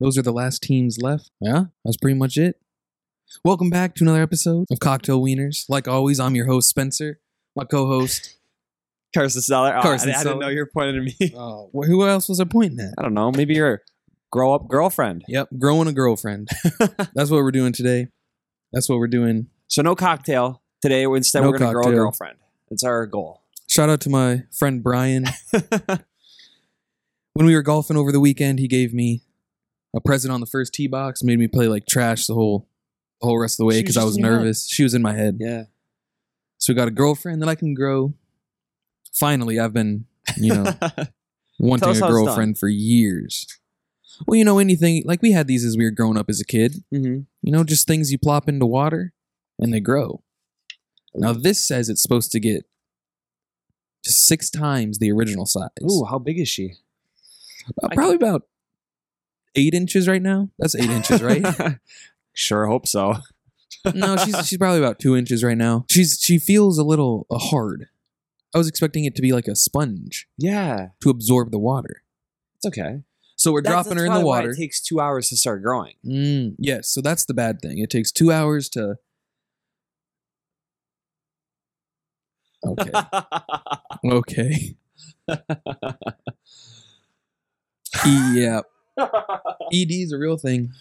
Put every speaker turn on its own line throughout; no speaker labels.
Those are the last teams left. Yeah, that's pretty much it. Welcome back to another episode of Cocktail Wieners. Like always, I'm your host, Spencer. My co host.
Carson Seller. Oh,
Carson
I, I
Seller.
didn't know you were pointing at me.
Oh, wh- who else was I pointing at?
I don't know. Maybe your grow up girlfriend.
Yep, growing a girlfriend. that's what we're doing today. That's what we're doing.
So no cocktail today. Instead,
No
we're going to grow a
cocktail.
girlfriend. That's our goal.
Shout out to my friend Brian. when we were golfing over the weekend, he gave me a present on the first tee box, made me play like trash the whole the whole rest of the way
She was
because I
just
was
in your head.
nervous. She was in my head.
yeah.
So we got a girlfriend that I can grow. Finally, I've been, you know, wanting a
us how it's done.
girlfriend for years. Well, you know, anything like we had these as we were growing up as a kid.
hmm
You know, just things you plop into water and they grow. Now this says it's supposed to get to six times the original size.
Ooh, how big is she?
Uh, probably about eight inches right now. That's eight inches, right?
sure hope so.
no, she's she's probably about two inches right now. She's she feels a little uh, hard. I was expecting it to be like a sponge
Yeah.
to absorb the water.
It's okay.
So we're dropping her in the water.
It takes two hours to start growing.
Mm, yes, so that's the bad thing. It takes two hours to. Okay. okay. E, yeah. ED is a real thing.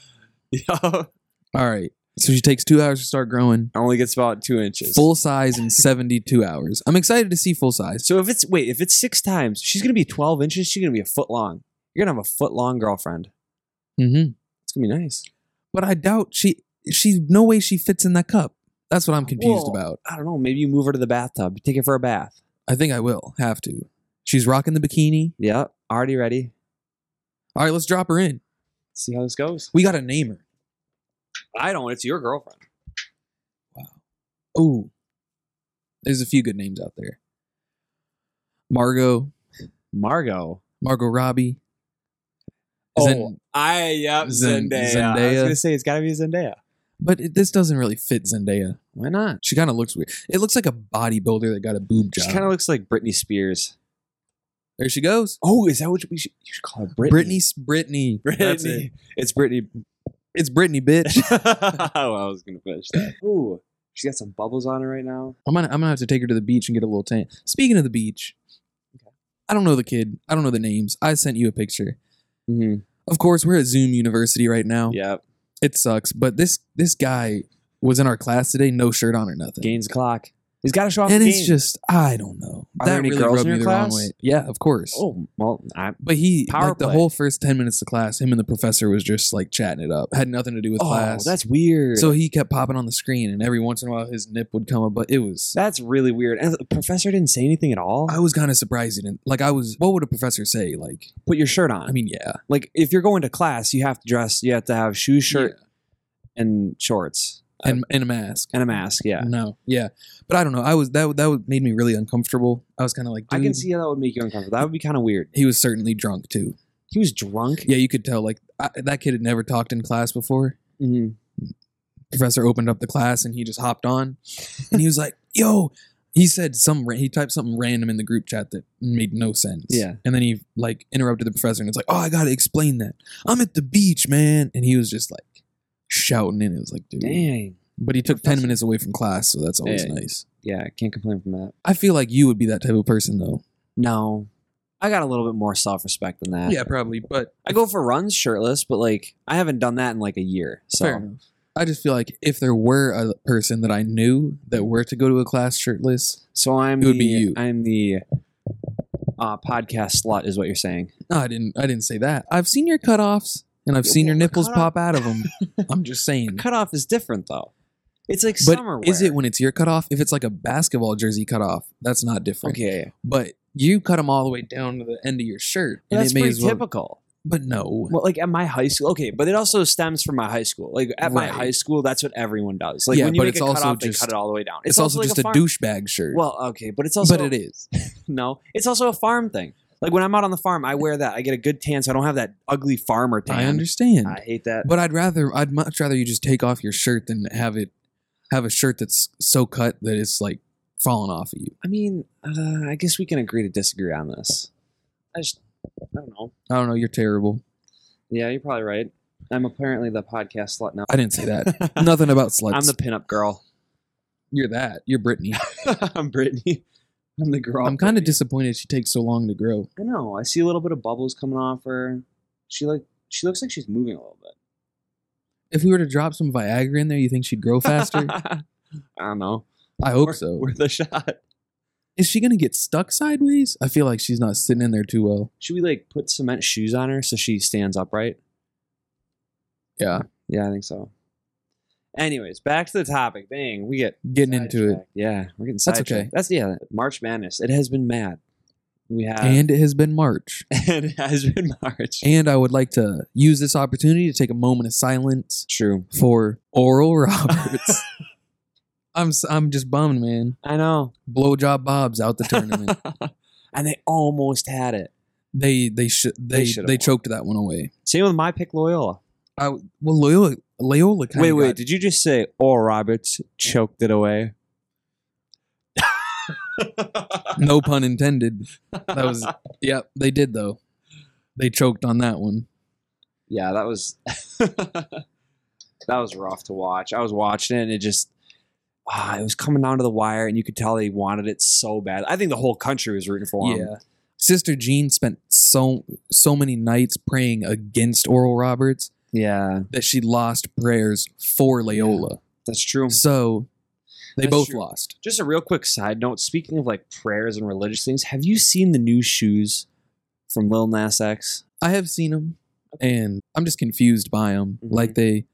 All right. So she takes two hours to start growing.
Only gets about two inches.
Full size in 72 hours. I'm excited to see full size.
So if it's wait, if it's six times, she's gonna be twelve inches. She's gonna be a foot long. You're gonna have a foot long girlfriend.
Mm-hmm.
It's gonna be nice.
But I doubt she, she, no way she fits in that cup. That's what I'm confused
Well-
about.
I don't know. Maybe you move her to the bathtub. Take her for a bath.
I think I will have to. She's rocking the bikini.
Yeah, already ready.
All right, let's drop her in.
See how this goes.
We got to name her.
I don't. It's your girlfriend.
Ooh. There's a few good names out there. Margot,
Margot.
Margot Robbie. Zen-
Oh, I yep.
Zen-
Zendaya. I was
Zendaya.
gonna say it's gotta be Zendaya.
but it, this doesn't really fit Zendaya.
Why not?
She kind of looks weird. It looks like a bodybuilder that got a boob job.
She kind of looks like Britney Spears.
there she goes.
Oh, is that what we should, you should call her?
Brittany. Brittany.
Britney.
That's it.
Britney. It's Britney.
It's Brittany, bitch.
oh, I was gonna finish that. Ooh, she's got some bubbles on her right now.
I'm gonna I'm gonna have to take her to the beach and get a little tan. Speaking of the beach, I don't know the kid. I don't know the names. I sent you a picture.
Mm-hmm. Oh.
Of course, we're at Zoom University right now.
Yep.
It sucks, but this this guy was in our class today, no shirt on or nothing.
Gaines clock. He's got to show off.
and
the
it's
gains.
just I don't know.
Are there any girls in your class?
Yeah, of course.
Oh well, I,
But he
Power
like the
play.
whole first ten minutes of class, him and the professor was just like chatting it up. Had nothing to do with
oh,
class.
that's weird.
so he kept popping on the screen, and every once in a while his nip would come up. But it was
that's really weird. And the professor didn't say anything at all.
I was kind of surprised. He didn't like I was. What would a professor say? Like
Put your shirt on.
I mean, yeah,
like if you're going to class, you have to dress. You have to have shoes, shirt,
Yeah.
and shorts,
and and a mask.
and a mask. Yeah,
No, yeah, but I don't know. I was that that made me really uncomfortable. I was kind of like,
I can
dude,
see how that would make you uncomfortable. That would be kind of weird.
he was certainly drunk too.
He was drunk.
Yeah, you could tell. Like I, that kid had never talked in class before.
Mhm.
professor opened up the class and he just hopped on and he was like yo he said some ra- he typed something random in the group chat that made no sense
Yeah.
and then he like interrupted the professor and it's like oh i gotta explain that i'm at the beach man and he was just like shouting and it was like dude
Dang.
but he took 10 minutes away from class so that's always
Yeah.
nice
Yeah, I can't complain from that.
i feel like you would be that type of person though
No, I got a little bit more self respect than that.
probably but
I go for runs shirtless, but like I haven't done that in like a year. So
fair enough i just feel like if there were a person that i knew that
Mm.
were to go to a class shirtless
So I'm
It would
the,
be you.
I'm the uh, podcast slut, is what you're saying.
No, I didn't. I didn't say that. I've seen your cutoffs, and I've
Yeah,
seen your
well,
nipples
cutoff-
pop out of them. I'm just saying.
Cutoff is different though. It's like
But
summer.
is
wear.
it when it's your cutoff? If it's like a basketball jersey cutoff, that's not different.
okay?
But you cut them all the way down to the end of your shirt, and
That's
it may
pretty
as well.
typical.
But no,
Well, like at my high school, okay, but it also stems from my high school. Like at my
Right.
high school, that's what everyone does. Like
Yeah,
when you
but
make
it's
a
also
cutoff,
just-
they cut it all the way down.
it's, also,
like,
just
a
a,
farm-
douchebag shirt.
Well, okay, but it's also
but it is.
no, it's also a farm thing. Like when I'm out on the farm, I wear that. I get a good tan, so I don't have that ugly farmer tan.
I understand.
I hate that.
but I'd rather. I'd much rather you just take off your shirt than have it have a shirt that's so cut that it's like falling off of you.
I mean, uh, I guess we can agree to disagree on this. I just, I don't know.
I don't know. You're terrible.
Yeah, you're probably right. I'm apparently the podcast slut now.
I didn't say that. Nothing about sluts.
I'm the pinup girl.
You're that. You're Brittany.
I'm Brittany. I'm the girl.
I'm kind of
Brittany.
disappointed she takes so long to grow.
I know. I see a little bit of bubbles coming off her. She like she looks like she's moving a little bit.
If we were to drop some Viagra in there, you think she'd grow faster?
I don't know.
I hope
Worth-
so.
Worth a shot.
Is she gonna get stuck sideways? I feel like she's not sitting in there too well.
Should we like put cement shoes on her so she stands upright?
Yeah,
Yeah, I think so. Anyways, back to the topic. Bang, we get
getting into it.
sidetracked. Yeah, we're getting
That's
sidetracked.
okay.
That's yeah. March Madness. It has been mad. We have
and it has been March.
it has been March.
And I would like to use this opportunity to take a moment of silence
True.
for Oral Roberts. I'm s- I'm just bummed, man.
I know.
Blowjob Bob's out the tournament.
and they almost had it.
they they should
They
they they,
should've won.
choked that one away.
Same with my pick, Loyola.
I, well, Loyola Loyola kind
Wait,
of
wait. Did you just say Oral Roberts choked it away?
no pun intended. That was yep. They did though. They choked on that one.
yeah. That was that was rough to watch. I was watching it, and it just ah, it was coming down to the wire, and you could tell they wanted it so bad. I think the whole country was rooting for him.
Yeah. Sister Jean spent so so many nights praying against Oral Roberts
yeah,
that she lost prayers for Loyola.
that's true.
So they
That's
both
true.
lost.
Just a real quick side note. Speaking of like prayers and religious things, have you seen the new shoes from Lil Nas X?
I have seen them, and I'm just confused by them.
Mhm.
Like they,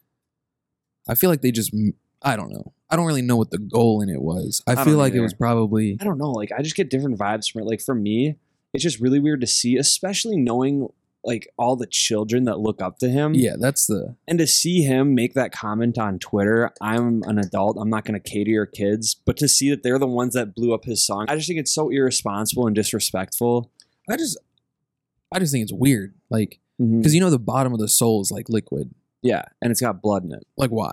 I feel like they just. m- I don't know. I don't really know what the goal in it was. I,
don't
feel like it
either.
was probably
I don't know. Like I just get different vibes from it. Like for me, it's just really weird to see, especially knowing like all the children that look up to him.
yeah. That's the
And to see him make that comment on Twitter, I'm an adult. I'm not going to cater your kids. But to see that they're the ones that blew up his song, I just think it's so irresponsible and disrespectful.
I just I just think it's weird. Like
Mhm.
because you know the bottom of the soul is like liquid.
Yeah, and it's got blood in it.
Like why?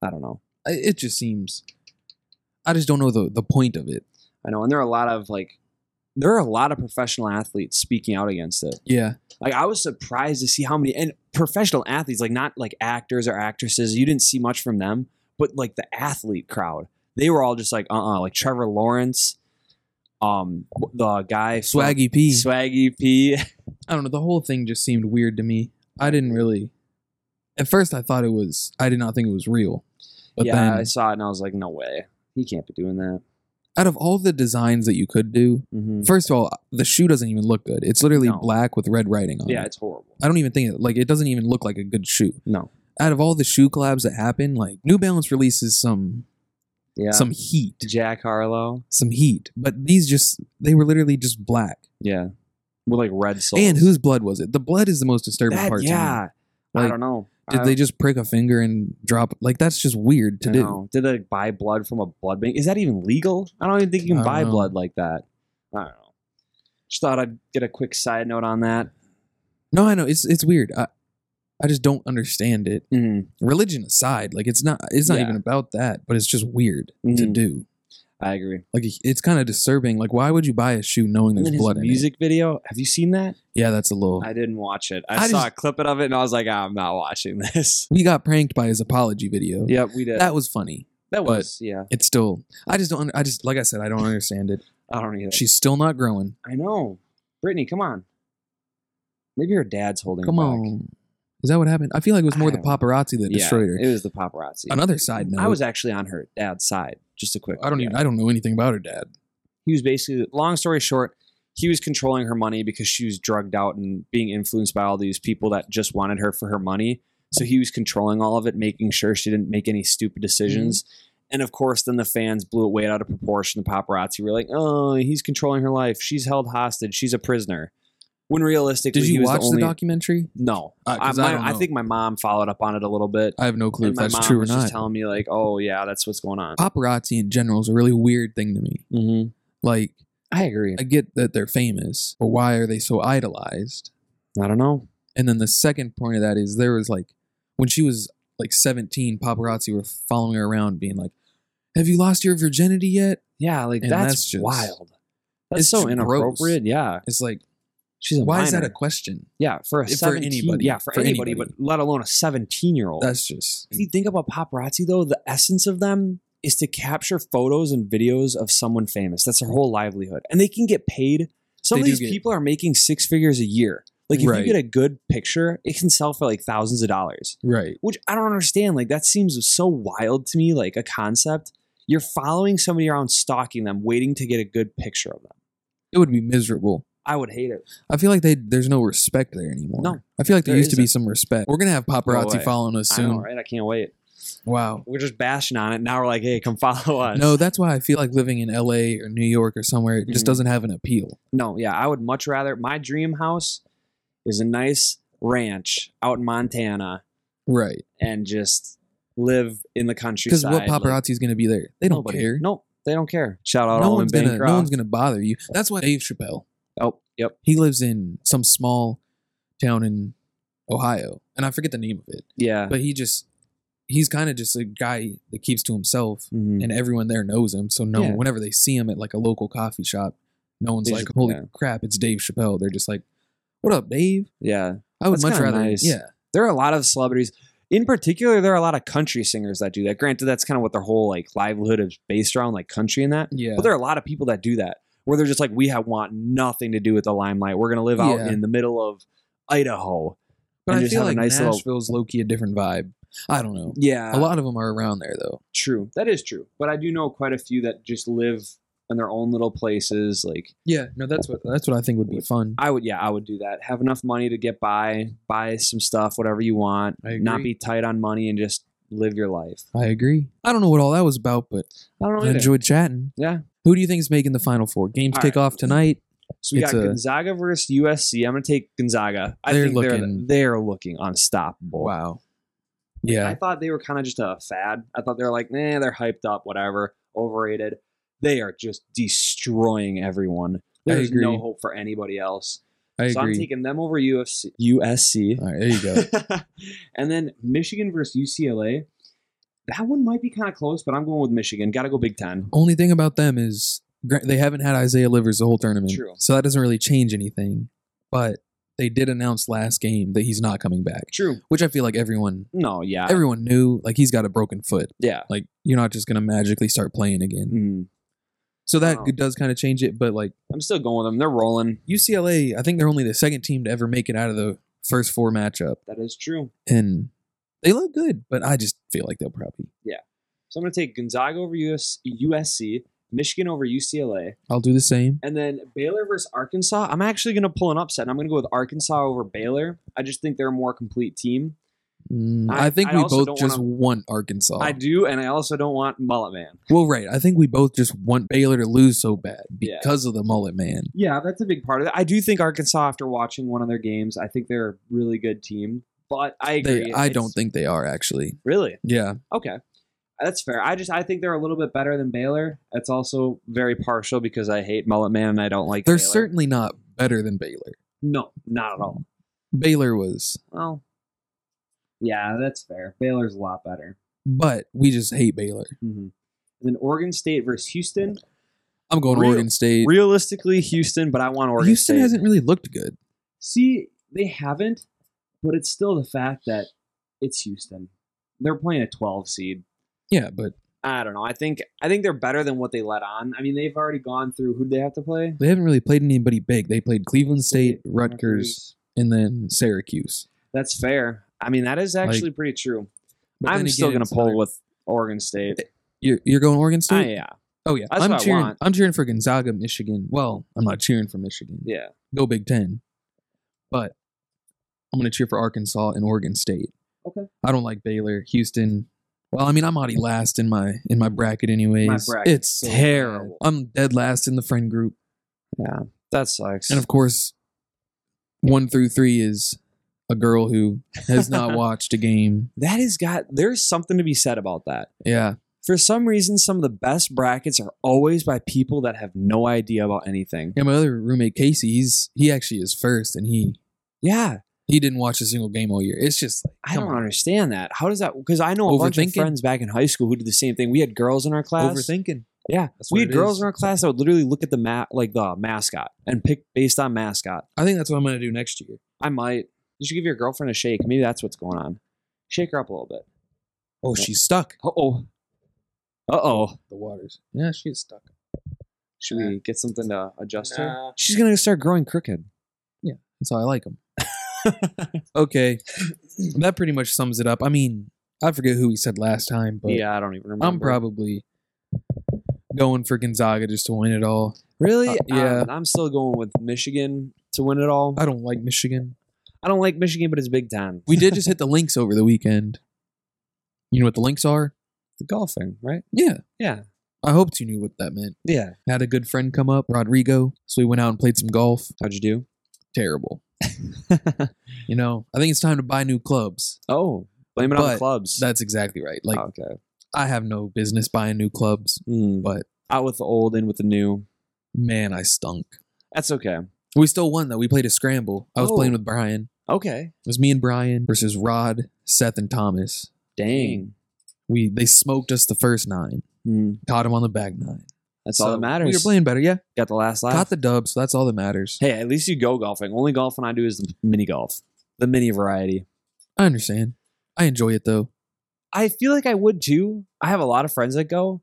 I don't know.
I, it just seems. I just don't know the the point of it.
I know. And there are a lot of like, there are a lot of professional athletes speaking out against it.
Yeah,
Like I was surprised to see how many and professional athletes, like not like actors or actresses, you didn't see much from them, but like the athlete crowd, they were all just like uh uh like Trevor Lawrence, um the guy from-
Swaggy P.
Swaggy P.
I don't know. The whole thing just seemed weird to me. I didn't really. At first, I thought it was. I did not think it was real. But
yeah,
then,
I saw it and I was like, no way, he can't be doing that.
out of all the designs that you could do,
hmm
First of all, the shoe doesn't even look good. It's literally
No.
black with red writing on
Yeah,
it.
it's horrible.
I don't even think it like it doesn't even look like a good shoe.
No,
Out of all the shoe collabs that happen, like New Balance releases some
yeah,
some heat,
Jack Harlow,
some heat, but these just they were literally just black.
yeah, with like red soul
And whose blood was it? The blood is the most disturbing
that?
part.
Yeah,
to me.
I
Like,
don't know.
Did
I-
they just prick a finger and drop? Like that's just weird to
I
do.
know. Did they buy blood from a blood bank? Is that even legal? I don't even think you
I
can
don't
buy
know.
blood like that. I don't know. Just thought I'd get a quick side note on that.
No, I know it's it's weird. I I just don't understand it. Religion aside, like it's not it's not
Yeah.
even about that, but it's just weird to
Mhm.
do.
I agree.
Like it's kind of disturbing. Like why would you buy a shoe knowing
And
there's
then his
blood in it? Oh.
music video. Have you seen that?
Yeah, that's a little.
I didn't watch it. I,
I
saw
just-
a clip of it and I was like, "Ah, I'm not watching this.
we got pranked by his apology video.
yep, we did. That,
that was funny.
was yeah.
It's still. I just don't. under- I just like I said. I don't understand it.
I don't either.
She's still not growing.
I know. Brittany, come on. Maybe her dad's holding.
Come
her back.
on. Is that what happened? I feel like it was more
I
the
don't know.
paparazzi that
Yeah,
destroyed her.
It was the paparazzi.
Another side note.
I was actually on her dad's side. Just a quick.
I don't
yeah.
even. I don't know anything about her dad.
he was basically long story short he was controlling her money because she was drugged out and being influenced by all these people that just wanted her for her money so he was controlling all of it making sure she didn't make any stupid decisions
Mm-hmm.
and of course then the fans blew it way out of proportion the paparazzi were like oh he's controlling her life she's held hostage she's a prisoner when realistically
Did
he
you
was
watch
the, only,
the documentary?
no
Uh,
I,
'cause I
my-
don't
I
know.
think my mom followed up on it a little bit
I have no clue if
and my
that's
mom
true or
was just
not. Uh,
telling me like oh yeah that's what's going on
Paparazzi in general is a really weird thing to me.
mm-hmm.
Like
i agree
I get that they're famous, but why are they so idolized?
i don't know
And then the second point of that is there was like when she was like 17, paparazzi were following her around being like, "Have you lost your virginity yet?"
Yeah, like
And
that's,
that's just-
wild. That's
it's
so
just gross.
inappropriate. Yeah,
It's like
She's a
Why is that
minor.
a question?
yeah for a
For
17,
anybody.
yeah for,
For
anybody,
anybody.
but let alone a 17 year old
That's just
if you think about paparazzi though the essence of them is to capture photos and videos of someone famous that's their whole livelihood and they can get paid some
They
of
do
these
get-
people are making six figures a year like if you
Right.
get a good picture it can sell for like thousands of dollars
right.
which i don't understand like that seems so wild to me like a concept you're following somebody around stalking them waiting to get a good picture of them
It would be miserable.
i would hate it
I feel like they there's no respect there anymore.
No,
I feel like there,
there
used to be
isn't.
some respect. We're gonna have paparazzi
way.
following us
i
soon.
know right i can't wait
Wow.
we're just bashing on it now we're like hey come follow us
No, that's why I feel like living in LA or New York or somewhere it just
Mhm.
doesn't have an appeal.
No, yeah, I would much rather my dream house is a nice ranch out in Montana
Right.
and just live in the
Because
countryside.
what
like,
paparazzi is gonna be there? They don't
nobody-
care.
Nope, they don't care. Shout out
No
Owen
one's gonna
Bancroft.
no one's gonna bother you. That's why Dave Chappelle.
oh, yep,
He lives in some small town in Ohio. And I forget the name of it.
yeah.
But he just he's kind of just a guy that keeps to himself
Mhm.
and everyone there knows him. So no
Yeah.
whenever they see him at like a local coffee shop, no one's
They
like,
just-
Holy
yeah.
crap, it's Dave Chappelle. They're just like, What up, Dave?
yeah,
I would
That's
much
kinda
rather
nice.
Yeah.
there are a lot of celebrities. In particular, there are a lot of country singers that do that. Granted, that's kind of what their whole like livelihood is based around, like country and that.
Yeah.
But there are a lot of people that do that where they're just like, we have want nothing to do with the limelight. We're gonna live out
Yeah.
in the middle of Idaho.
But
and
I
just
feel
have a
like
nice little-
Nashville's low key a different vibe. I don't know.
Yeah,
A lot of them are around there though.
True. That is true. But I do know quite a few that just live in their own little places. Like
Yeah, no, that's what that's what I think would be fun.
I would yeah, I would do that. Have enough money to get by, buy some stuff, whatever you want.
I agree.
Not be tight on money and just live your life.
I agree. I don't know what all that was about, but
I don't know.
I
either.
enjoyed chatting.
yeah.
Who do you think is making the final four? Games
All
kick
right.
off tonight.
So we
It's
got
a-
Gonzaga versus USC. I'm gonna take Gonzaga. I
They're
think they're
looking-
they're looking unstoppable.
Wow.
I
Yeah.
thought they were kind of just a fad. I thought they were like, nah, they're hyped up, whatever, overrated. They are just destroying everyone.
I
There's no
agree.
hope for anybody else.
I
so I'm
agree. Oh,
taking them over UFC, USC.
All right, there you go.
and then Michigan versus UCLA. That one might be kind of close, but I'm going with Michigan. Got to go Big Ten.
Only thing about them is gra- they haven't had Isaiah Livers the whole tournament.
True.
So that doesn't really change anything. But they did announce last game that he's not coming back,
True.
which I feel like everyone
No, yeah.
everyone knew like he's got a broken foot.
yeah.
Like you're not just going to magically start playing again.
Mm. Oh.
So that
Wow.
does kind of change it, but like
I'm still going with them. They're rolling.
UCLA, I think they're only the second team to ever make it out of the first four matchup
That is true.
and they look good, but I just feel like they'll probably
So I'm going to take Gonzaga over US, USC, Michigan over UCLA,
I'll do the same.
and then Baylor versus Arkansas. I'm actually going to pull an upset, and I'm going to go with Arkansas over Baylor. I just think they're a more complete team.
Mm,
I-
I, think
I
we
also
both
don't
just
wanna-
want Arkansas.
I do, and I also don't want Mullet Man.
Well, right. I think we both just want Baylor to lose so bad
Yeah.
because of the mullet man.
Yeah, that's a big part of it. I do think Arkansas, after watching one of their games, I think they're a really good team. But I agree.
They, I
It's-
don't think they are actually.
really.
Yeah,
Okay, that's fair. I just I think they're a little bit better than Baylor. That's also very partial because I hate Mullet Man and I don't like.
they're
Baylor.
certainly not better than Baylor.
no, not at all.
Baylor was,
Well, yeah, that's fair. Baylor's a lot better.
but we just hate Baylor.
Mm-hmm. Then Oregon State versus Houston.
I'm going
Real-
Oregon State.
Realistically, Houston, but I want Oregon.
Houston
State.
hasn't really looked good.
See, they haven't, but it's still the fact that it's Houston. They're playing a 12 seed.
Yeah, but
I don't know. I think I think they're better than what they let on. I mean, they've already gone through who they have to play.
they haven't really played anybody big. They played Cleveland State, Rutgers, and then Syracuse.
That's fair. I mean, that is actually pretty true.
But
I'm
then
still
again,
going
it's
to pull
another-
with Oregon State.
You're, you're going Oregon
Ah,
State?
yeah,
oh yeah,
That's
I'm
what I
cheering.
want.
I'm cheering for Gonzaga, Michigan. Well, I'm not cheering for Michigan.
yeah.
go Big Ten. But I'm going to cheer for Arkansas and Oregon State.
Okay.
I don't like Baylor, Houston. Well, I mean, I'm already last in my in my bracket, anyways.
bracket's
it's
so
terrible.
bad.
I'm dead last in the friend group,
That sucks.
and of course, one through three is a girl who has not watched a game.
that has got there's something to be said about that.
Yeah,
For some reason, some of the best brackets are always by people that have no idea about anything.
yeah. My other roommate Casey, he's he actually is first, and he
Yeah,
he didn't watch a single game all year. It's just like
I
come
don't
on,
understand that. How does that? Because I know a bunch of
Overthinking?
friends back in high school who did the same thing. We had girls in our class,
overthinking.
Yeah,
That's what
we had
it
girls
is.
in our class that would literally look at the ma- like the mascot and pick based on mascot.
I think that's what I'm gonna do next year.
I might. You should give your girlfriend a shake. Maybe that's what's going on. Shake her up a little bit.
Oh, she's stuck.
Uh oh. Uh oh.
The waters. Yeah, she's stuck.
Should we get something to adjust her?
Nah.
She's gonna start growing crooked.
That's how I like them. okay, that pretty much sums it up. I mean, I forget who we said last time, but
yeah, I don't even remember.
I'm probably going for Gonzaga just to win it all.
really.
Uh, yeah.
Um, I'm still going with Michigan to win it all.
I don't like Michigan.
I don't like Michigan, but it's Big Ten.
We did just hit the links over the weekend. You know what the links are?
the golfing, right?
Yeah.
Yeah.
I hoped you knew what that meant.
Yeah.
Had a good friend come up, Rodrigo. So we went out and played some golf.
How'd you do?
Terrible. You know, I think it's time to buy new clubs.
oh, blame it on
But
the clubs. Oh,
That's exactly right. Like,
okay.
I have no business buying new clubs,
Mm.
but
Out with the old, in with the new.
man, I stunk.
That's okay.
We still won, though. We played a scramble. I was
Oh.
playing with Brian.
Okay.
It was me and Brian versus Rod, Seth, and Thomas.
Dang.
We They smoked us the first nine,
Mm.
caught him on the back nine.
That's
So
all that matters.
We were playing better, yeah.
Got the last laugh.
Caught the dub, so that's all that matters.
Hey, at least you go golfing. Only golfing I do is the mini golf, the mini variety.
I understand. I enjoy it though.
I feel like I would too. I have a lot of friends that go.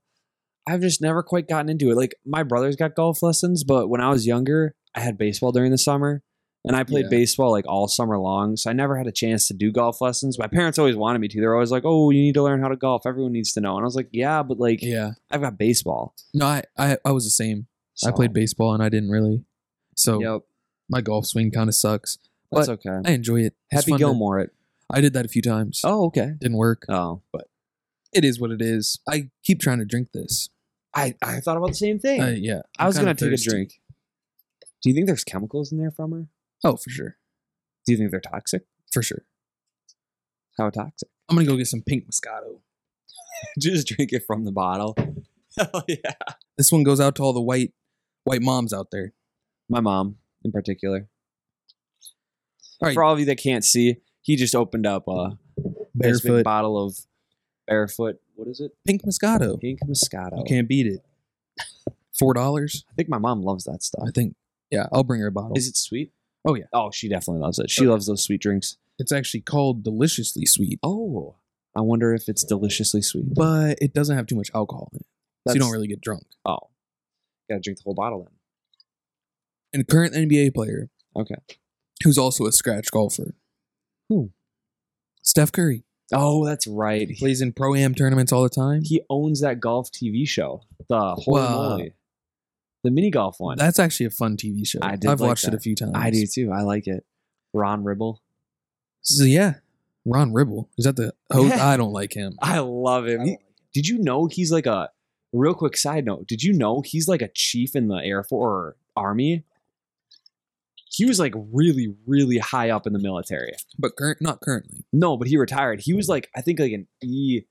I've just never quite gotten into it. Like my brother's got golf lessons, but when I was younger, I had baseball during the summer and I played
Yeah.
baseball like all summer long. So I never had a chance to do golf lessons. My parents always wanted me to. They're always like, "Oh, you need to learn how to golf. Everyone needs to know." And I was like, "Yeah, but like
Yeah.
I've got baseball."
No, I I, I was the same. I
So-
played baseball and I didn't really. So
Yep.
my golf swing kind of sucks.
That's okay.
I enjoy it. It's
Happy
fun to-
Gilmore it.
I did that a few times.
Oh, okay.
Didn't work.
Oh.
It is what it is. I keep trying to drink this.
I I thought about the same thing.
Uh, yeah.
I
I'm
was
kinda
gonna take
thirsty.
a drink. Do you think there's chemicals in there from her?
Oh, for sure.
Do you think they're toxic?
For sure.
How toxic?
I'm gonna go get some pink Moscato.
Just drink it from the bottle. Hell yeah.
This one goes out to all the white white moms out there.
My mom in particular.
All right.
For all of you that can't see, he just opened up a nice big
Barefoot
bottle of barefoot. What is it?
pink Moscato.
Pink Moscato.
You can't beat it. Four dollars.
I think my mom loves that stuff.
I think. Yeah, I'll bring her a bottle.
Is it sweet?
Oh, yeah.
Oh, she definitely loves it. She
Okay.
loves those sweet drinks.
It's actually called deliciously sweet,
Oh, I wonder if it's deliciously sweet.
but it doesn't have too much alcohol in it, so you
That's-
don't really get drunk.
Oh, gotta drink the whole bottle then.
And a current NBA player,
Okay.
who's also a scratch golfer,
Who?
Steph Curry
Oh, that's right.
He plays in pro am tournaments all the time.
he owns that golf TV show, the Holy
Wow.
Moly, the mini golf one.
That's actually a fun TV show.
I did
I've
like
watched it
that.
a few times.
I do too. I like it. Ron Ribble.
So yeah, Ron Ribble is that the host?
Yeah.
I don't like him.
I love him. He- did you know he's like a real quick side note? Did you know he's like a chief in the Air Force or Army? He was like really, really high up in the military.
But current, not currently.
No, but he retired. He was like I think like an E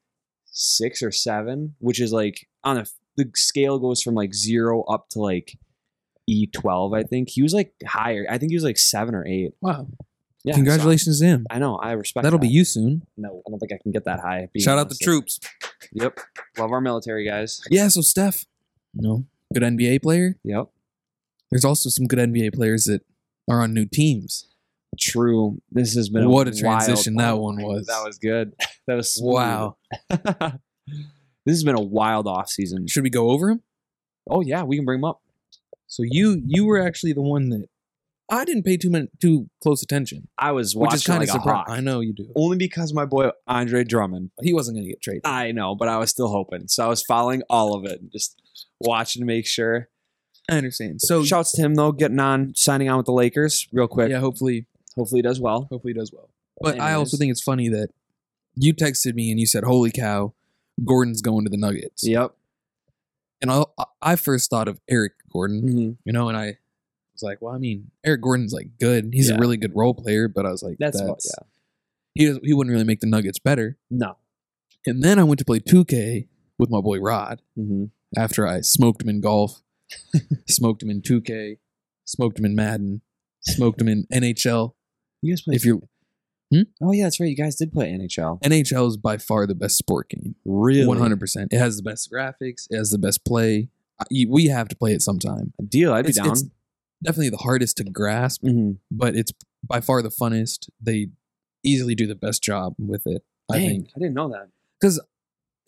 six or seven, which is like on a the scale goes from like zero up to like E twelve. I think he was like higher. I think he was like seven or eight.
Wow!
Yeah, so-
Congratulations to him.
I know. I respect.
That'll
that.
be you soon.
No, I don't think I can get that high. being
Shout out the
honest.
troops.
Yep. Love our military guys.
Yeah. So Steph, no good NBA player.
Yep.
There's also some good NBA players that are on new teams.
True. This has been
What a
wild
transition that one was.
That was good. That was smooth.
Wow.
this has been a wild off season.
Should we go over him?
Oh yeah, we can bring them up.
So you you were actually the one that I didn't pay too much too close attention,
I was
which
watching
is kind of
like a hawk.
surprising. I know you do.
Only because my boy Andre Drummond.
He wasn't going to get traded.
I know, but I was still hoping. So I was following all of it, and just watching to make sure.
I understand. So
Shouts to him though, getting on, signing on with the Lakers real quick.
Oh. yeah, hopefully
Hopefully he does well.
hopefully he does well. But I
Anyways.
also think it's funny that you texted me and you said, "Holy cow, Gordon's going to the Nuggets."
Yep.
And I I first thought of Eric Gordon,
hmm
you know, and I was like, "Well, I mean, Eric Gordon's like good. He's
Yeah.
a really good role player." But I was like,
That's, what.
yeah.
Yeah.
He does, he wouldn't really make the Nuggets better.
No.
And then I went to play 2K with my boy Rod
Mm-hmm.
after I smoked him in golf, smoked him in 2K, smoked him in Madden, smoked him in NHL.
You guys play
If you're Hmm?
Oh yeah, that's right. You guys did play NHL.
NHL is by far the best sport game.
Really,
One hundred percent. It has the best graphics. It has the best play. I- you- We have to play it sometime.
deal. I'd be
It's-
down.
it's definitely the hardest to grasp,
Mhm.
but it's by far the funnest. They easily do the best job with it. I
Dang,
think.
I didn't know that.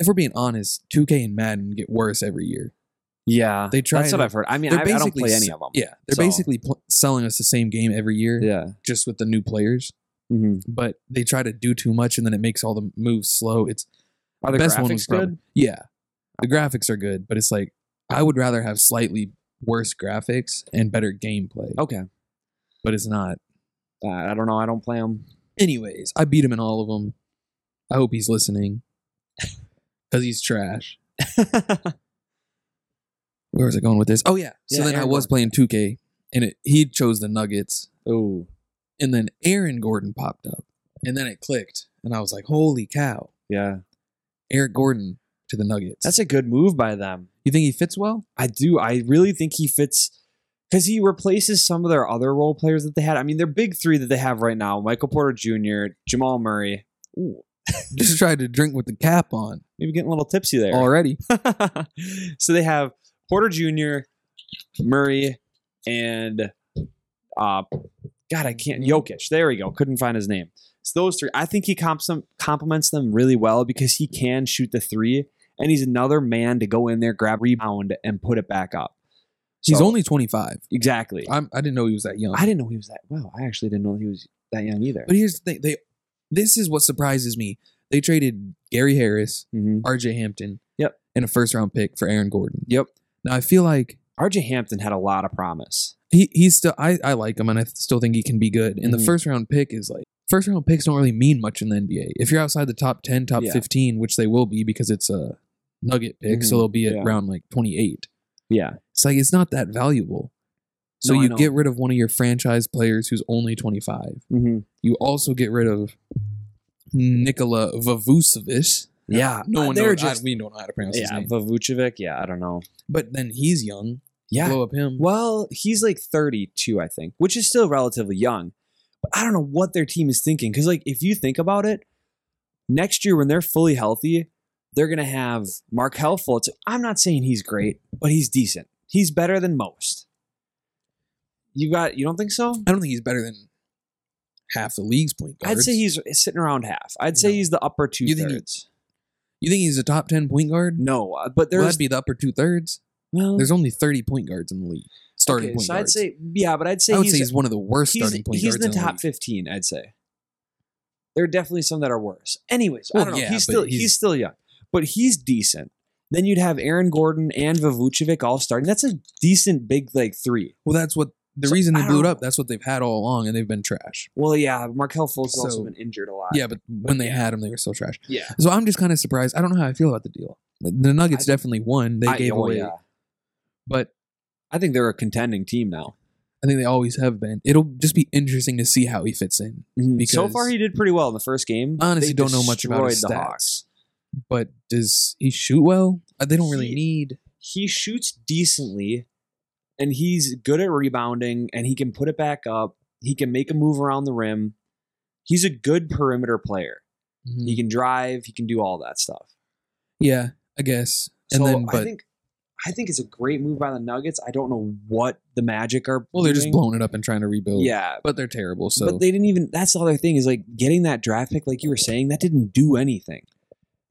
If we're being honest, 2K and Madden get worse every year.
Yeah,
They try
That's what
and-
I've heard. I mean, I,
they're
I don't
basically
play
s-
any of them.
Yeah, they're
So-
basically pl- selling us the same game every year,
yeah.
just with the new players.
Mhm.
But they try to do too much, and then it makes all the moves slow. It's
Are the
best
graphics
one was
good?
probably- yeah, the graphics are good, but it's like I would rather have slightly worse graphics and better gameplay,
Okay,
but it's not.
uh, I don't know. I don't play them.
Anyways, I beat him in all of them. I hope he's listening because he's trash. Where was I going with this? Oh yeah, so
Yeah,
then I
Aaron
was playing 2K, and it, he chose the Nuggets,
Ooh,
and then Aaron Gordon popped up, and then it clicked, and I was like, holy cow,
yeah.
Eric Gordon to the Nuggets.
That's a good move by them.
you think he fits well?
I do. I really think he fits because he replaces some of their other role players that they had. I mean, their big three that they have right now: Michael Porter Jr., Jamal Murray. Ooh,
Just tried to drink with the cap on
maybe getting a little tipsy there.
already.
so they have Porter Jr., Murray, and uh, God, I can't. Jokic. There we go. Couldn't find his name. So those three. I think he comps them, compliments them really well because he can shoot the three, and he's another man to go in there, grab rebound, and put it back up.
He's
So-
only 25.
exactly.
I'm, I didn't know he was that young.
I didn't know he was that. Wow, I actually didn't know he was that young either.
but here's the thing: they this is what surprises me. They traded Gary Harris,
Mhm.
R.J. Hampton,
Yep.
and a first round pick for Aaron Gordon.
Yep.
Now I feel like
RJ Hampton had a lot of promise.
he he's still I, I like him and I still think he can be good. And the
Mhm.
first round pick is like first round picks don't really mean much in the NBA. If you're outside the top ten, top
Yeah.
fifteen, which they will be because it's a Nugget pick, so
Mhm.
they'll be at
Yeah.
round like twenty eight.
Yeah.
It's like it's not that valuable. So
No, I
you
know.
get rid of one of your franchise players who's only twenty five.
Mm-hmm.
You also get rid of Nikola Vavucevic.
Yeah.
no one
Uh, They're
knows.
just-
I, we don't know how to pronounce his
Yeah.
name.
Vavucevic. Yeah. I don't know.
But then he's young.
Yeah.
Blow up him.
Well, he's like 32, I think, which is still relatively young. But I don't know what their team is thinking. Because, like, if you think about it, next year when they're fully healthy, they're going to have Markel Fultz. I'm not saying he's great, but he's decent. He's better than most. You got, you don't think so?
I don't think he's better than half the league's point guards.
I'd say he's sitting around half. I'd say
No.
he's the upper two
You think he-
thirds.
You think he's a top ten point guard?
No, uh, but
Well,
there's
that'd be the upper two thirds.
well,
There's only thirty point guards in the league. Starting
okay,
point
so
guards.
I'd say yeah, but I'd say
I would
he's
say he's one of the worst
he's,
starting point
he's
guards.
in the
in
top 15 i'd say there are definitely some that are worse anyways
Well,
i don't know
yeah,
he's
but
still he's,
he's-
still young but he's decent then you'd have aaron gordon and Vavucevic all starting that's a decent big like three
Well, that's what the
So,
reason they
I
blew it
don't
up. That's what they've had all along, and they've been trash.
well yeah markel fultz has also
So-
been injured a lot
Yeah, but when they had him, they were still trash.
yeah
So I'm just kind of surprised. I don't know how I feel about the deal. The Nuggets
I-
definitely won. They
I-
gave
oh,
away,
yeah.
but
i think they're a contending team now
I think they always have been. It'll just be interesting to see how he fits in.
Mm-hmm. so
Because-
far he did pretty well in the first game
I honestly
They
don't know much about his
destroyed the
stats.
Hawks.
But does he shoot well? Uh, They don't really
He-
need.
he shoots decently and he's good at rebounding and he can put it back up. He can make a move around the rim. He's a good perimeter player. He can drive, he can do all that stuff.
Yeah, I guess. And
so
then,
I
but
think I think it's a great move by the Nuggets. I don't know what the Magic are
well, they're just
doing.
blowing it up and trying to rebuild.
Yeah.
but they're terrible. So
But they didn't even that's the other thing is like getting that draft pick like you were saying that didn't do anything.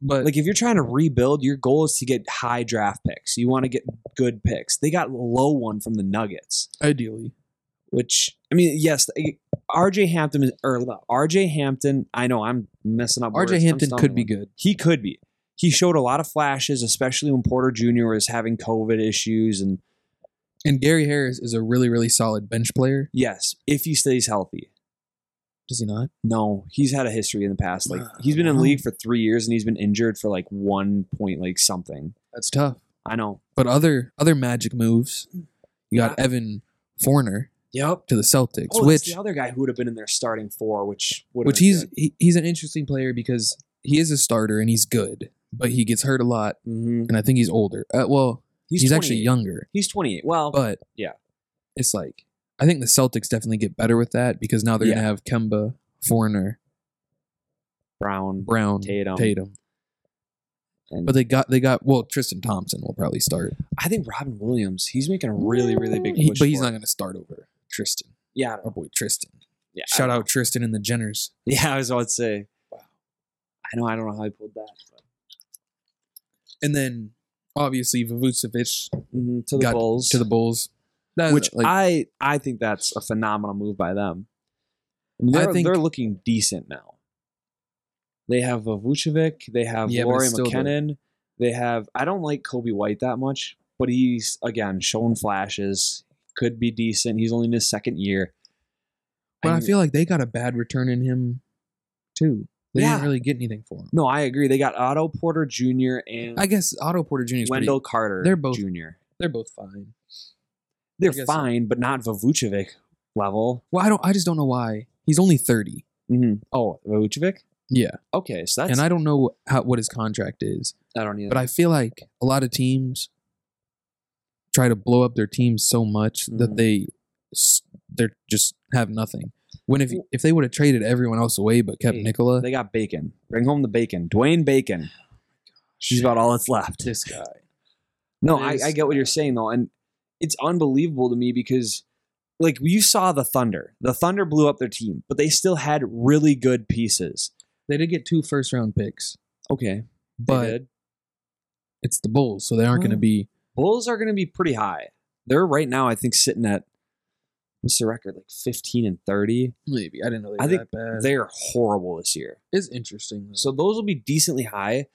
but
Like if you're trying to rebuild, your goal is to get high draft picks. You want to get good picks. They got a low one from the Nuggets.
ideally,
which I mean, yes, I- RJ Hampton is or no, RJ Hampton. I know I'm messing
RJ
up. words. I'm
Hampton could be
stumbling.
good.
He could be. He showed a lot of flashes, especially when Porter Jr. was having COVID issues. And
And Gary Harris is a really, really solid bench player.
yes, if he stays healthy,
Does he not?
no, he's had a history in the past. Like
Wow.
he's been in the league for three years and he's been injured for like one point, like something.
That's tough.
I know.
But other other magic moves, you got
Yeah.
Evan Forner
Yep.
to the Celtics,
Oh, that's
which
the other guy who would have been in there starting four, which would
which he's he, he's an interesting player because he is a starter and he's good, but he gets hurt a lot,
hmm
and I think he's older. Uh, well, he's, actually
28.
younger,
He's 28. Well,
but
Yeah.
it's like I think the Celtics definitely get better with that because now they're
Yeah.
gonna have Kemba, Foreigner,
Brown,
Brown,
Tatum.
Tatum.
and
But they got they got well. Tristan Thompson will probably start,
I think Robin Williams. He's making a really, really big
He-
push.
but he's
for
not
it.
going to start over Tristan.
Yeah, I don't-
Our boy Tristan.
yeah. I-
Shout out Tristan and the Jenners.
Yeah, I was about to say.
Wow.
I know. I don't know how I pulled that. But,
And then obviously Vucevic
Mhm, to the
Got
Bulls. Uh,
to the Bulls, That-
which
like,
I I think that's a phenomenal move by them. I, mean,
I
they're,
think-
they're looking decent now. They have a Vucevic, they have
Yeah, but
Laurie
still they're-
McKinnon, they have. I don't like Kobe White that much, but he's again shown flashes. Could be decent. He's only in his second year.
but I
mean,
feel like they got a bad return in him too. They
Yeah. Mm.
didn't really get anything for him.
no, I agree. They got Otto Porter Jr. and
I guess Otto Porter Jr. is pretty-
Wendell Carter.
they're both-
Jr.
they're both fine.
They're
guess-
fine, but not Vucevic level.
Well, I don't. I just don't know why he's only thirty.
Mm-hmm. Oh, Vucevic.
Yeah,
Okay, so that's
and I don't know how, what his contract is,
I don't either.
but I feel like a lot of teams try to blow up their teams so much
Mhm.
that they s- they're just have nothing. When if if they would have traded everyone else away but kept
Hey,
Nicola,
They got bacon. Bring home the bacon. Dwayne Bacon.
Oh
She's about all that's left.
this guy.
No, I,
This
I get what you're saying though, and it's unbelievable to me because like you saw the Thunder. The Thunder blew up their team, but they still had really good pieces.
They did get two first round picks,
Okay.
but it's the Bulls, so they aren't going to
Oh.
be.
Bulls are gonna be pretty high. They're right now, I think, sitting at what's the record? Like fifteen and thirty.
Maybe I didn't know they
I
were
think
that bad.
They're horrible this year.
it's interesting. Though.
So those will be decently high.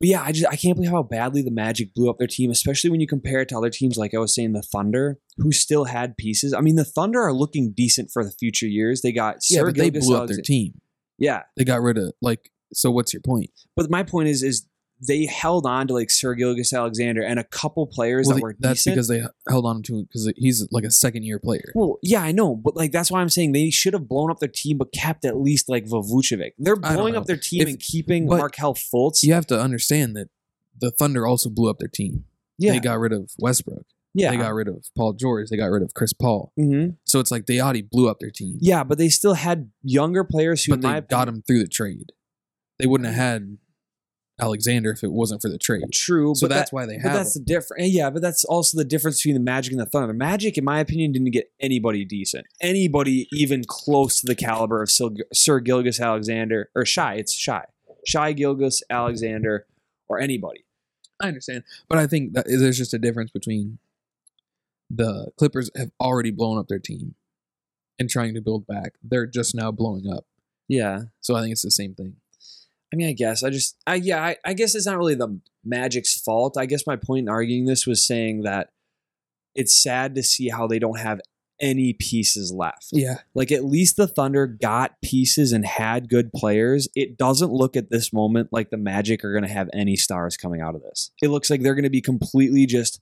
But yeah, I just I can't believe how badly the Magic blew up their team, especially when you compare it to other teams like I was saying, the Thunder, who still had pieces. I mean, the Thunder are looking decent for the future years. They got
yeah,
Sir
but they
Gilgeous
blew up their
Alexander-
team.
Yeah,
They got rid of like. So what's your point?
but my point is, is they held on to like Sir Gilgis Alexander and a couple players
Well,
that
the-
were
that's
decent.
because they held on to him because he's like a second year player.
well, yeah, I know, but like that's why I'm saying they should have blown up their team, but kept at least like Vavucevic. They're
I don't
blowing up
know.
their team
If-
and keeping
but-
Markel Fultz.
You have to understand that the Thunder also blew up their team.
yeah,
They got rid of Westbrook.
yeah.
They got rid of Paul George. They got rid of Chris Paul.
hmm
So it's like they already blew up their team.
Yeah, but they still had younger players who
but they
in my
got
opinion-
him through the trade. They wouldn't have had Alexander if it wasn't for the trade.
True,
So
but
that's
that,
why they
but
have
that's
him.
the difference. Yeah, but that's also the difference between the Magic and the Thunder. The Magic, in my opinion, didn't get anybody decent, anybody even close to the caliber of Sil- Sir Gilgis Alexander or Shy. It's Shy, Shy Gilgis Alexander, or anybody.
I understand, but I think that there's just a difference between the Clippers have already blown up their team and trying to build back. They're just now blowing up.
Yeah,
So I think it's the same thing.
I mean, I guess I just, I yeah, I, I guess it's not really the Magic's fault. I guess my point in arguing this was saying that it's sad to see how they don't have any pieces left.
Yeah.
Like at least the Thunder got pieces and had good players. It doesn't look at this moment like the Magic are going to have any stars coming out of this. It looks like they're going to be completely just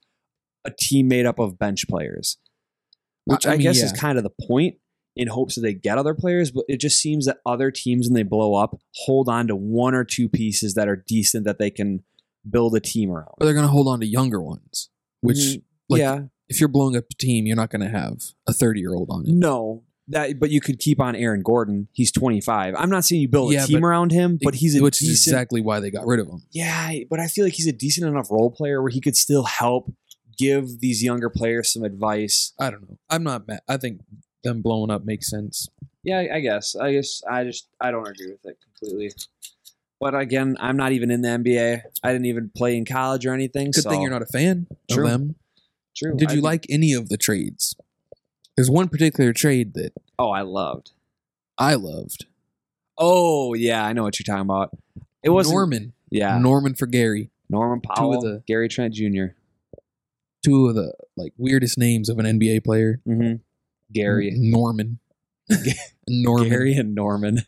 a team made up of bench players, which
I-
I,
I mean,
guess is
yeah.
kind of the point in hopes that they get other players. But it just seems that other teams when they blow up hold on to one or two pieces that are decent that they can build a team around.
But they're going to hold on to younger ones, which
Mhm.
like,
yeah,
if you're blowing up a team, you're not going to have a 30 year old
Mm,
on it.
No, that but you could keep on Aaron Gordon. He's 25. I'm not saying you build
Yeah,
a team
but-
around him, but he's a
which
decent.
is exactly why they got rid of him.
yeah, but I feel like he's a decent enough role player where he could still help give these younger players some advice.
I don't know. I'm not mad. I think them blowing up makes sense.
Yeah, I- I guess. I guess I just I don't agree with it completely. But again, I'm not even in the NBA. I didn't even play in college or anything.
Good thing you're not a fan
True.
of them.
True.
Did
I
you
think-
like any of the trades? There's one particular trade that
Oh, I loved.
I loved.
Oh yeah, I know what you're talking about. It was
Norman.
Yeah,
Norman for Gary.
Norman Powell,
the-
Gary Trent junior
Two of the like weirdest names of an NBA player.
Mm-hmm. Gary.
Norman. Norman.
Gary and Norman.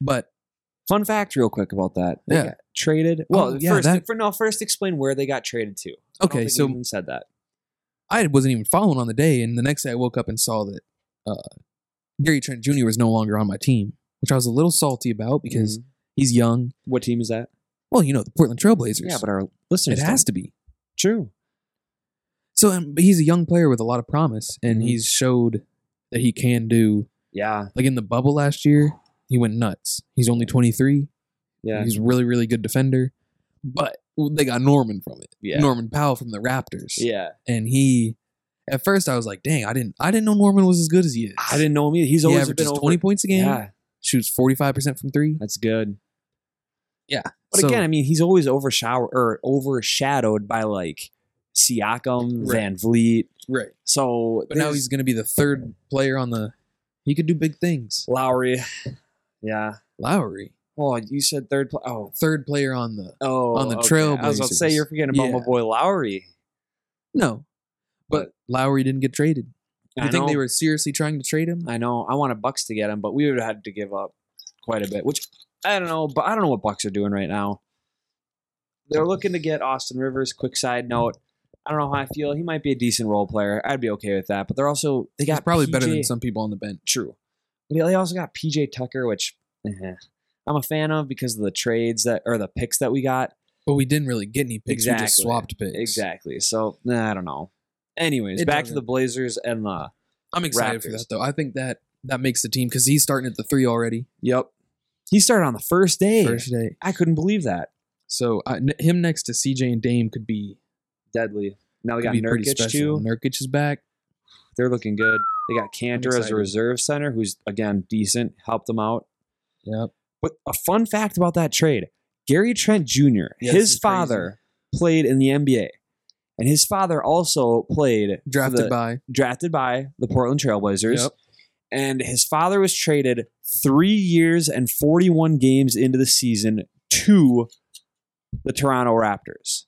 But
Fun fact, real quick about that. They
Yeah.
got traded. Well,
yeah,
Oh, first,
that-
for no, first explain where they got traded to. I don't
okay,
think we
so
even said that.
I wasn't even following on the day, and the next day I woke up and saw that uh, Gary Trent Jr. was no longer on my team, which I was a little salty about because
Mm-hmm.
he's young.
what team is that?
Well, you know the Portland Trailblazers.
Yeah, but our
it
listeners.
has to be.
to. True.
So, and, but he's a young player with a lot of promise, and
Mhm.
he's showed that he can do.
Yeah.
Like in the bubble last year, He went nuts. He's only 23.
Yeah.
He's a really, really good defender. But they got Norman from it.
Yeah.
Norman Powell from the Raptors.
Yeah.
And he at first I was like, dang, I didn't I didn't know Norman was as good as he is.
I didn't know him either. He's
he
always
averages
been over
20 points a game,
Yeah.
shoots 45% from three.
That's good.
Yeah.
But
So-
again, I mean, he's always overshower or overshadowed by like Siakam,
Right.
Van Vliet.
Right.
So
But now
there's
he's gonna be the third player on the he could do big things.
Lowry. Yeah.
Lowry.
Oh, you said third. Pl- oh,
Third player on the
oh,
On the
okay. I was about to say
Trailblazers.
you're forgetting about my
Yeah.
boy Lowry.
No. But Lowry didn't get traded. You
I
think
know,
they were seriously trying to trade him?
I know. I wanted Bucks to get him, but we would have had to give up quite a bit. Which I don't know, but I don't know what Bucks are doing right now. They're looking to get Austin Rivers. Quick side note. I don't know how I feel. He might be a decent role player. I'd be okay with that. But they're also they
He's
got
probably better than
PJ
some people on the bench.
True. But they also got PJ Tucker, which eh, I'm a fan of because of the trades that or the picks that we got.
But we didn't really get any picks. We just
Exactly.
swapped picks.
Exactly. So nah, I don't know. Anyways,
It
back to
doesn't-
the Blazers and the
I'm excited for
Raptors.
that though. I think that that makes the team because he's starting at the three already.
Yep. He started on the first day.
First day.
I couldn't believe that.
So I, n- him next to CJ and Dame could be,
Deadly. Now they
could
got
be pretty special.
Nurkic too.
Nurkic is back.
They're looking good. They got Cantor as
excited.
a reserve center, who's again decent, helped them out.
Yep.
But a fun fact about that trade: Gary Trent Jr.,
Yeah, this
his
is
father played in the NBA, and his father also played for
Drafted
the-
by.
drafted by the Portland Trailblazers.
Yep.
And his father was traded three years and 41 games into the season to the Toronto Raptors,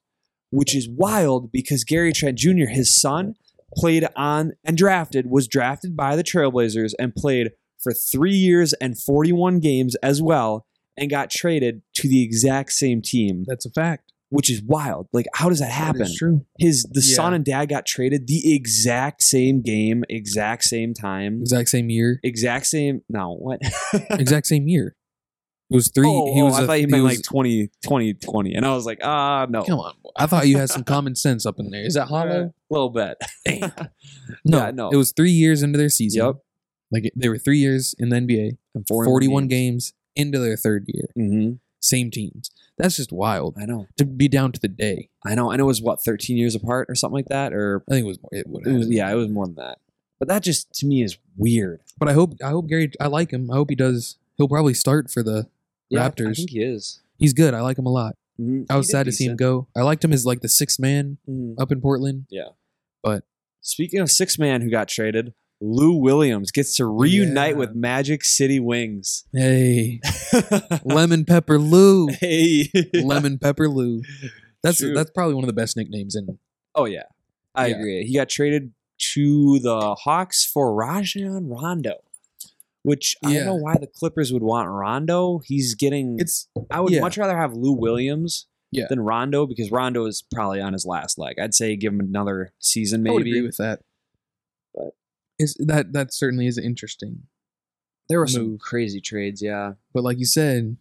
which is wild because Gary Trent Jr., his son, played on and drafted, was drafted by the Trailblazers and played for three years and 41 games as well and got traded to the exact same team,
That's a fact.
which is wild. Like, how does that happen?
That is true.
his the
Yeah.
son and dad got traded the exact same game, exact same time,
Exact same year.
exact same. No, what?
exact same year. It was three.
oh,
he was.
oh, I
a-
thought you
he
meant
was-
like 20, 20, 20. and I was like, ah, no,
Come on. boy. I thought you had some common sense up in there. Is that hollow?
a little bit.
Damn. No,
Yeah, no.
It was three years into their season.
Yep.
Like it- they were three years in the NBA,
And
41 games into their third year.
Mhm.
Same teams. That's just wild
I know,
to be down to the day.
I know, and it was what thirteen years apart or something like that, or
I think it was more. It would
it was, yeah, it was more than that. But that just to me is weird.
But I hope I hope Gary. I like him. I hope he does. He'll probably start for the.
Yeah, I- I
Raptors.
think he is.
He's good. I like him a lot.
Mhm.
I
He
was
did
sad to see him
decent.
go. I liked him as like the sixth man
Mhm.
up in Portland.
Speaking of six man who got traded, Lou Williams gets to reunite
Yeah.
with Magic City Wings.
Hey, Lemon Pepper Lou.
hey.
Lemon Pepper Lou. That's
True.
that's probably one of the best nicknames in.
oh yeah. I
Yeah.
agree. He got traded to the Hawks for Rajon Rondo. Which I
Yeah.
don't know why the Clippers would want Rondo. He's getting
It's
I would
yeah.
much rather have Lou Williams
Yeah.
than Rondo because Rondo is probably on his last leg. I'd say give him another season
I would
maybe.
agree with that.
But-
Is that that certainly is interesting.
there were some
move.
crazy trades, yeah.
But like you said,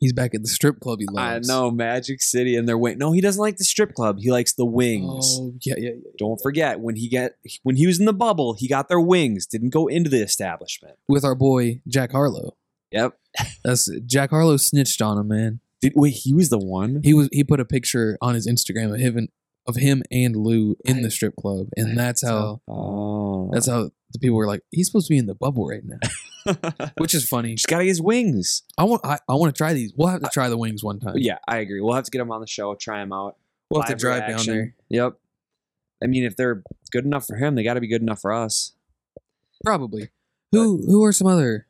he's back at the strip club. He loves.
I know Magic City and their wing. No, he doesn't like the strip club. He likes the wings.
Oh yeah, yeah, yeah.
Don't forget when he get when he was in the bubble, he got their wings. Didn't go into the establishment.
With our boy Jack Harlow.
Yep.
That's Jack Harlow snitched on him, man.
Did, wait, he was the one.
He was he put a picture on his Instagram of him and, of him and Lou in
I-
the strip club, and that's how
Oh,
that's how the people were like, he's supposed to be in the bubble right now, which is funny.
just gotta get his wings.
I want I, I want to try these. We'll have to try the wings one time.
yeah, I agree. We'll have to get him on the show. Try him out.
we'll have to
Live
drive
reaction.
down there.
Yep. I mean, if they're good enough for him, they got to be good enough for us.
Probably. Who who are some other?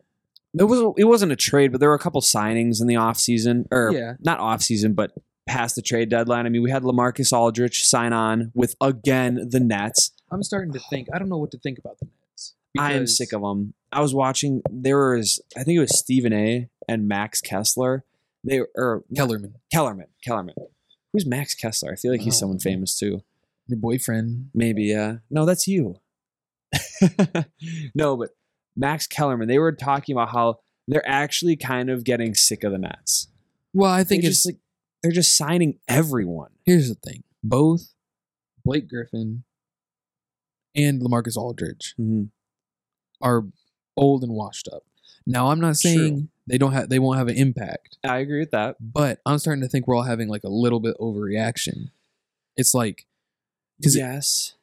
It was it wasn't a trade, but there were a couple signings in the offseason, or
Yeah.
not offseason, but past the trade deadline. I mean, we had Lamarcus Aldrich sign on with again the Nets.
I'm starting to think. I don't know what to think about the Nets.
I am sick of them. I was watching. There was, I think it was Stephen A. and Max Kessler. They were, or
Kellerman,
Kellerman. Kellerman. Who's Max Kessler? I feel like he's
Oh.
someone famous too.
your boyfriend.
Maybe. Yeah. no, that's you. no, but Max Kellerman. They were talking about how they're actually kind of getting sick of the Nets.
Well, I think
They're
it's
just like they're just signing everyone.
here's the thing. Both Blake Griffin and Mm-hmm. Lamarcus Aldridge are old and washed up. Now I'm not saying They don't have. They won't have an impact.
I agree with that.
But I'm starting to think we're all having like a little bit overreaction. It's like Is it-
Yes.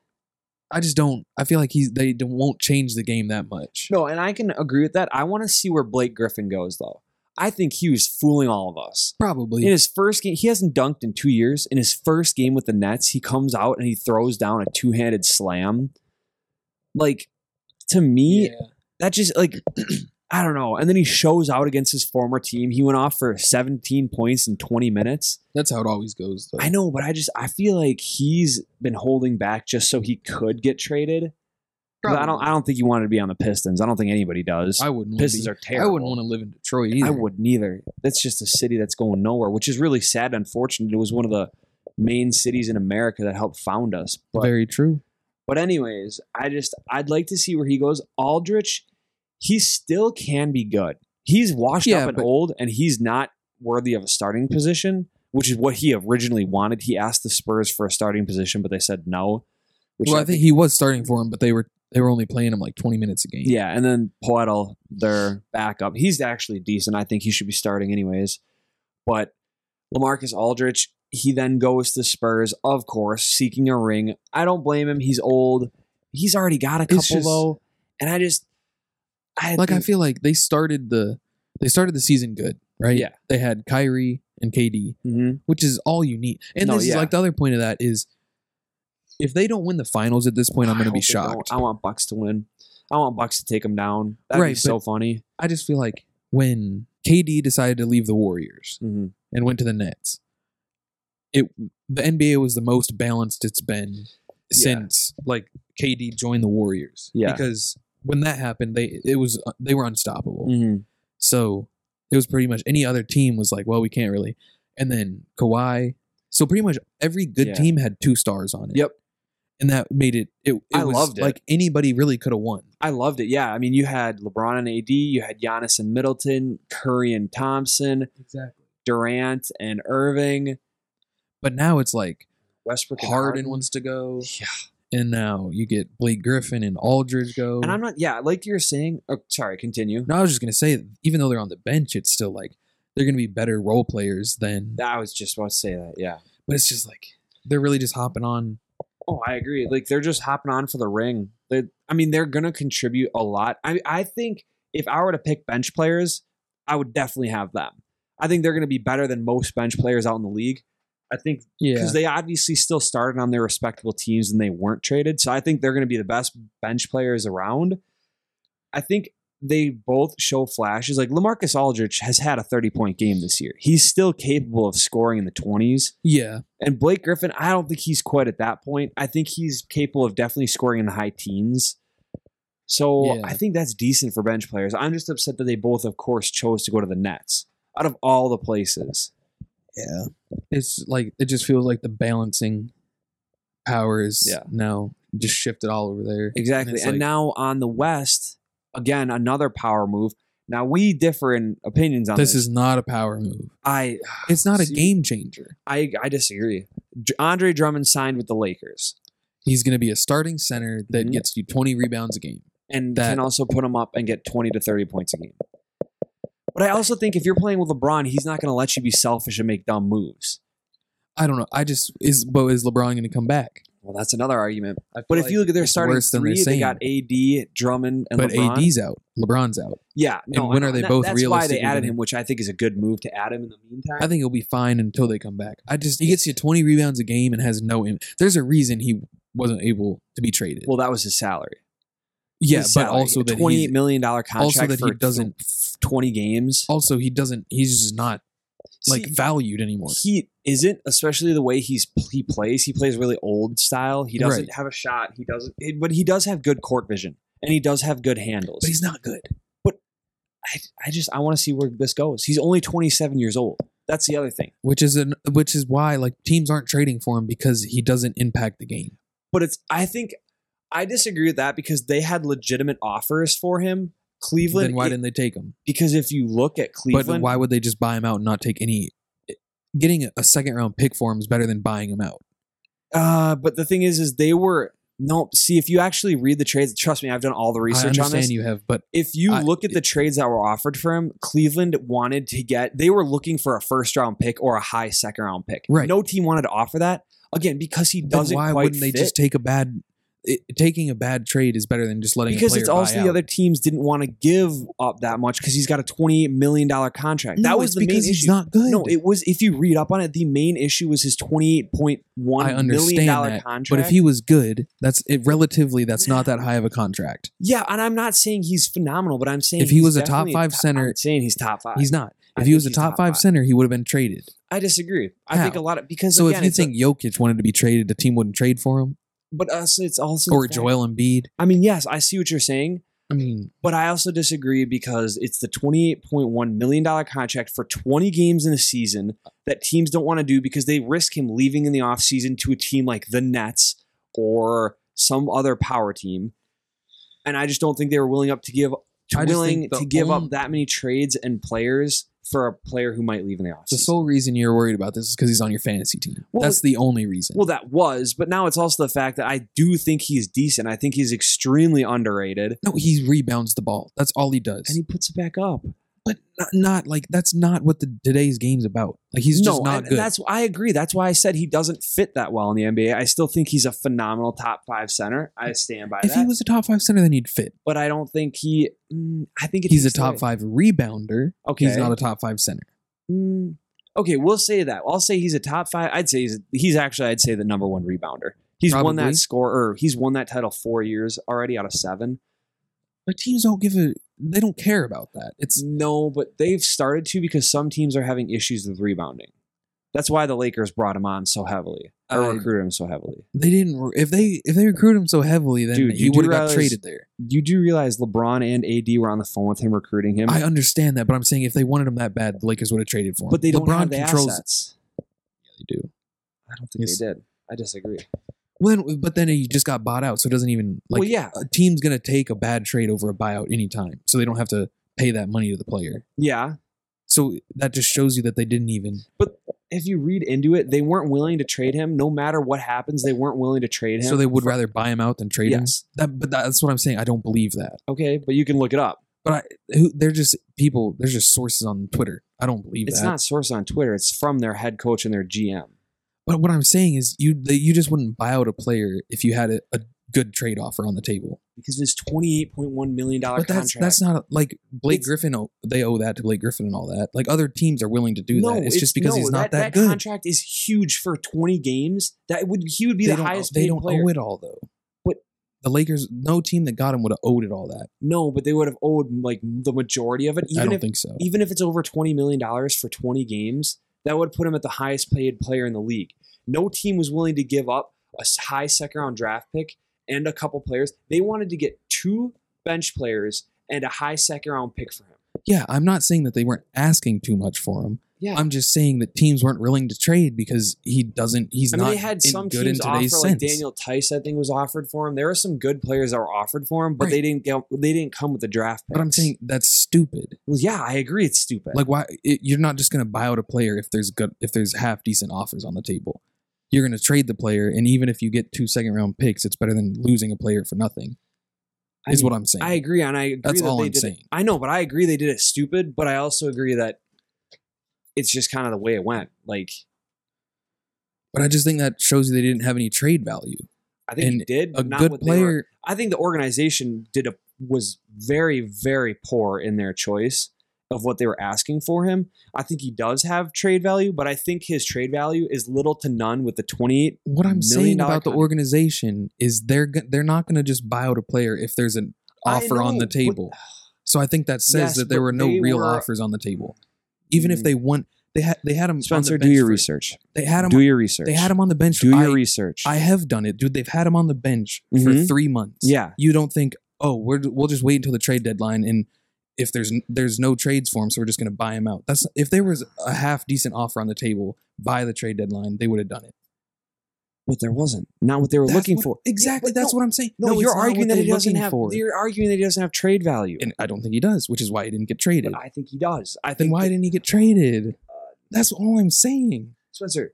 I just don't. I feel like he's. They don't, won't change the game that much.
No, and I can agree with that. I want to see where Blake Griffin goes, though. I think he was fooling all of us.
Probably.
In his first game, he hasn't dunked in two years. In his first game with the Nets, he comes out and he throws down a two handed slam. Like, to me,
Yeah.
that just, like, I don't know. And then he shows out against his former team. He went off for 17 points in 20 minutes.
That's how it always goes. Though.
I know, but I just, I feel like he's been holding back just so he could get traded. 'Cause I don't, I don't think he wanted to be on the Pistons. I don't think anybody does.
I wouldn't. wanna
Pistons
be-
are terrible.
I wouldn't want to live in Detroit either.
I wouldn't either. That's just a city that's going nowhere, which is really sad and unfortunate. It was one of the main cities in America that helped found us. But,
Very true.
but anyways, I just I'd like to see where he goes. Aldrich, he still can be good. He's washed
Yeah,
up and
but-
old, and he's not worthy of a starting position, which is what he originally wanted. He asked the Spurs for a starting position, but they said no. Which
Well, I think he was starting for him, but they were they were only playing him like 20 minutes a game.
Yeah, and then Poetel, their backup. He's actually decent. I think he should be starting anyways. But Lamarcus Aldrich, he then goes to Spurs, of course, seeking a ring. I don't blame him. He's old. He's already got a couple
It's just-
though, and I just, I
Like I
think-
feel like they started the they started the season good, right?
Yeah.
They had Kyrie and KD,
Mhm.
which is all you need. And
No,
this is
yeah.
like the other point of that is if they don't win the finals at this point, I'm going
I
to be
hope they don't.
shocked.
I want Bucks to win. I want Bucks to take him down. That'd be
Right,
so funny.
I just feel like when KD decided to leave the Warriors
Mhm.
and went to the Nets, it the NBA was the most balanced it's been
Yeah.
since like KD joined the Warriors.
Yeah.
because when that happened, they it was they were unstoppable.
Mhm.
So it was pretty much any other team was like, well, we can't really. And then Kawhi. So pretty much every good
Yeah.
team had two stars on it.
Yep.
and that made it. It, it
I
was
loved it.
like anybody really could have won.
I loved it. Yeah, I mean, you had LeBron and AD, you had Giannis and Middleton, Curry and Thompson,
Exactly.
Durant and Irving,
But now it's like
Westbrook and
Harden wants to go.
Yeah.
and now you get Blake Griffin and Aldridge go.
And I'm not, yeah, like you were saying. Oh, sorry, continue.
no, I was just gonna say, even though they're on the bench, it's still like they're gonna be better role players than.
I was just about to say that. Yeah.
But it's just like they're really just hopping on.
Oh, I agree. Like they're just hopping on for the ring. They, I mean, they're gonna contribute a lot. I, I think if I were to pick bench players, I would definitely have them. I think they're gonna be better than most bench players out in the league. I think
Yeah,
because they obviously still started on their respectable teams and they weren't traded. So I think they're going to be the best bench players around. I think they both show flashes. Like Lamarcus Aldrich has had a 30 point game this year. He's still capable of scoring in the 20s.
yeah.
And Blake Griffin, I don't think he's quite at that point. I think he's capable of definitely scoring in the high teens. So
Yeah.
I think that's decent for bench players. I'm just upset that they both, of course, chose to go to the Nets out of all the places.
Yeah. It's like it just feels like the balancing power is
Yeah.
now just shifted all over there.
Exactly.
it's
And,
like-
now on the West, again, another power move. Now we differ in opinions on this.
This is not a power move.
I
It's not a
See-
game changer.
I I disagree. J- Andre Drummond signed with the Lakers
He's going to be a starting center that
Mhm.
gets you 20 rebounds a game.
and
That-
can also put him up and get 20 to 30 points a game. But I also think if you're playing with LeBron, he's not going to let you be selfish and make dumb moves.
I don't know. I just is but is LeBron going to come back?
Well, that's another argument.
I feel
But if
like
you look at their
it's
starting
worse than they're
three, they
saying.
got AD, Drummond, and
but
LeBron.
AD's out, LeBron's out.
yeah, no,
when
I
are
know.
they
That-
both
That's why they
realistically
added
gonna-
him, which I think is a good move to add him in the meantime.
I think he'll be fine until they come back. I just he gets you 20 rebounds a game and has no. Im- There's a reason he wasn't able to be traded.
well, that was his salary.
yeah,
his
but
salary,
also
a
that
twenty-eight
he's,
million dollar contract.
also that
for
he doesn't
twenty games.
also he doesn't he's just not like
See,
valued anymore.
he isn't, especially the way he's he plays. He plays really old style. He doesn't
Right.
have a shot. He doesn't, it- but he does have good court vision and he does have good handles.
but he's not good.
I, I just I want to see where this goes. He's only twenty-seven years old. That's the other thing.
Which is an which is why like teams aren't trading for him because he doesn't impact the game.
But it's I think I disagree with that because they had legitimate offers for him. Cleveland,
then why
it-
didn't they take him?
because if you look at
But
Cleveland,
why would they just buy him out and not take any? Getting a second round pick for him is better than buying him out.
Uh, but the thing is, is they were No, see, if you actually read the trades, trust me, I've done all the
I
research on
understand
this.
you have, but
If you
I-
look at the trades that were offered for him, Cleveland wanted to get, they were looking for a first round pick or a high second round pick.
Right.
No team wanted to offer that. Again, because he
then
doesn't
why
quite
wouldn't they
fit.
just take a bad? It, taking a bad trade is better than just letting a
because
player
it's also
buy
the
out.
other teams didn't want to give up that much because he's got a twenty-eight million dollar contract. that
No,
was
it's
the main
because he's
issue.
not good.
No, it was if you read up on it, the main issue was his twenty-eight point
I
one million
understand
dollar
that,
contract.
but if he was good, that's it. Relatively, that's not that high of a contract.
yeah, and I'm not saying he's phenomenal, but I'm saying
If he
he's
was a top
definitely
five center-
I'm saying he's top five.
He's not.
I
If he
think
was a
he's
top,
top
five
five.
center, he would have been traded.
I disagree. I
How?
think a lot of because
So
again,
if you
it's a-
think Jokic wanted to be traded, the team wouldn't trade for him,
but also it's also the
or
fact-
Joel Embiid.
I mean, yes, I see what you're saying.
I mean,
But I also disagree because it's the $28.1 million contract for 20 games in a season that teams don't want to do because they risk him leaving in the offseason to a team like the Nets or some other power team. And I just don't think they were willing up to give
I just
willing
think the
to give
only-
up that many trades and players for a player who might leave in the offseason.
the sole reason you're worried about this is because he's on your fantasy team.
Well,
that's the only reason.
Well, that was, but now it's also the fact that I do think he's decent. I think he's extremely underrated.
no, he rebounds the ball. That's all he does.
And he puts it back up.
but not, not like that's not what the today's game's about. Like he's just not
and
good.
That's I agree. That's why I said he doesn't fit that well in the NBA. I still think he's a phenomenal top five center. I stand by
if
that.
he was a top five center, then he'd fit.
but I don't think he. mm, I think it
He's a
takes
top
away.
five rebounder.
Okay,
He's not a top five center.
Mm, okay, we'll say that. I'll say he's a top five. I'd say he's he's actually I'd say the number one rebounder. He's won
Probably.
that score or he's won that title four years already out of seven.
But teams don't give a. They don't care about that. It's
No, but they've started to because some teams are having issues with rebounding. That's why the Lakers brought him on so heavily. Or
I-
recruited him so heavily.
they didn't. re- If they if they recruit him so heavily, then
Dude,
he
you do
would have got
realize-
traded there.
you do realize LeBron and AD were on the phone with him recruiting him,
I uh, understand that, but I'm saying if they wanted him that bad, the Lakers would have traded for him.
but they don't
LeBron
have the
controls.
assets.
They do.
I don't think
Yes.
they did. I disagree.
Well, then- but then he just got bought out, so it doesn't even like uh,
well, yeah,
a team's gonna take a bad trade over a buyout anytime, so they don't have to pay that money to the player.
yeah.
So that just shows you that they didn't even.
If you read into it, they weren't willing to trade him. No matter what happens, they weren't willing to trade him.
So they would rather buy him out than trade him.
yes,
That, but that's what I'm saying. I don't believe that.
okay, but you can look it up.
But I, who, they're just people. They're just sources on Twitter. I don't believe
It's
that.
not sourced on Twitter. It's from their head coach and their GM.
But what I'm saying is, you that you just wouldn't buy out a player if you had a, a good trade offer on the table.
Because this twenty-eight point one million dollar
But that's
contract.
that's not like Blake
It's-
Griffin. oh, They owe that to Blake Griffin and all that. Like other teams are willing to do
no,
that. It's, just because
no,
he's not that,
that,
good.
contract is huge for twenty games. That would he would be
they
the
don't,
highest
they
paid
don't
player.
owe it all though.
But-
the Lakers, no team that got him would have owed it all that.
No, but they would have owed like the majority of it.
I
Even
don't
if e
think so.
even if it's over $20 million for 20 games, that would put him at the highest paid player in the league. No team was willing to give up a s- high second round draft pick and a couple players. They wanted to get two bench players and a high second round pick for him.
Yeah, I'm not saying that they weren't asking too much for him.
Yeah.
I'm just saying that teams weren't willing to trade because he doesn't. He's
I mean,
not
they had
in-
some
good
teams
in
offer,
today's
like
sense.
Daniel Tice, I think, was offered for him. There were some good players that were offered for him, but
Right.
they didn't get, they didn't come with the draft. Picks.
but I'm saying that's stupid.
well, yeah, I agree, it's stupid.
Like, why it, you're not just going to buy out a player if there's good if there's half decent offers on the table. You're going to trade the player, and even if you get two second round picks, it's better than losing a player for nothing.
I
Is
mean,
what I'm saying.
I agree, and I agree
That's
that
all
they
I'm
did it-
saying.
I know, but I agree they did it stupid. But I also agree that it's just kind of the way it went. Like
but I just think that shows you they didn't have any trade value.
I think
And
it did,
A
but not
good
what they were-
player,
I think the organization did a was very very poor in their choice of what they were asking for him. I think he does have trade value, but I think his trade value is little to none with the twenty eight.
what I'm
million
saying
dollar
about the
contract.
organization is they're go- they're not going to just buy out a player if there's an
I
offer on
know,
the
but-
table. So I think that says
Yes,
that there
but
were no
they
real
were-
offers on the table. Even if
Mm.
they won, they had they had him.
Spencer,
on the
do
bench
your
for-
research.
They had him.
Do your research.
they had him on the bench.
Do your
I,
research.
I have done it, dude. They've had him on the bench for
Mhm.
three months.
yeah.
You don't think, oh, we're we'll just wait until the trade deadline, and if there's n- there's no trades for him, so we're just going to buy him out. That's if there was a half decent offer on the table by the trade deadline, they would have done it.
But there wasn't. Not what they were
That's
looking
what-
for.
exactly.
but
that's
no,
what I'm saying.
No,
it's
you're
not what
arguing that
they're
he doesn't
looking
have.
for.
You're arguing that he doesn't have trade value.
and I don't think he does, which is why he didn't get traded.
But I think he does. I
then
think
why
that-
didn't he get traded? That's all I'm saying.
Spencer?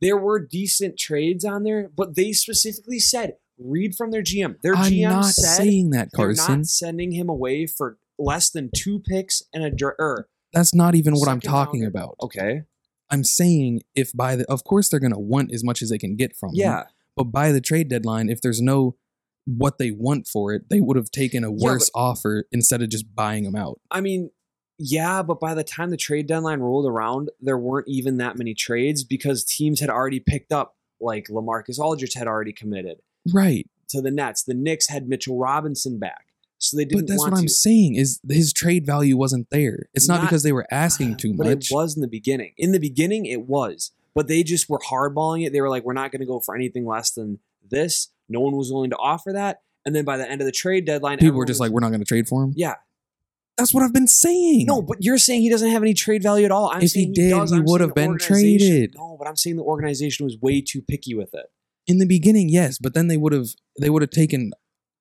There were decent trades on there, but they specifically said Read from their GM. Their
I'm
GM
not
said
saying that,
they're
Carson.
not sending him away for less than two picks and a dra- er,
That's not even what I'm
Second
talking
rounder.
about.
okay,
I'm saying if by the, of course they're gonna want as much as they can get from him.
yeah,
But by the trade deadline, if there's no what they want for it, they would have taken a
Yeah,
worse offer instead of just buying him out.
I mean, yeah, but by the time the trade deadline rolled around, there weren't even that many trades because teams had already picked up, like Lamarcus Aldridge had already committed
Right.
to the Nets. The Knicks had Mitchell Robinson back, so they didn't
But that's
want
what I'm
to.
saying is his trade value wasn't there. It's not,
Not-
because they were asking too
but
much.
it was in the beginning. In the beginning, it was, but they just were hardballing it. They were like, "We're not going to go for anything less than this." No one was willing to offer that, and then by the end of the trade deadline,
People were
everyone
just
was-
like, we're not going to trade for him.
"Yeah,
That's what I've been saying.
no." But you're saying he doesn't have any trade value at all. I'm
If he
saying
did,
does.
he
I'm
would
saying
have
the
been
organization-
traded.
No, but I'm saying the organization was way too picky with it.
in the beginning, yes, but then they would have they would have taken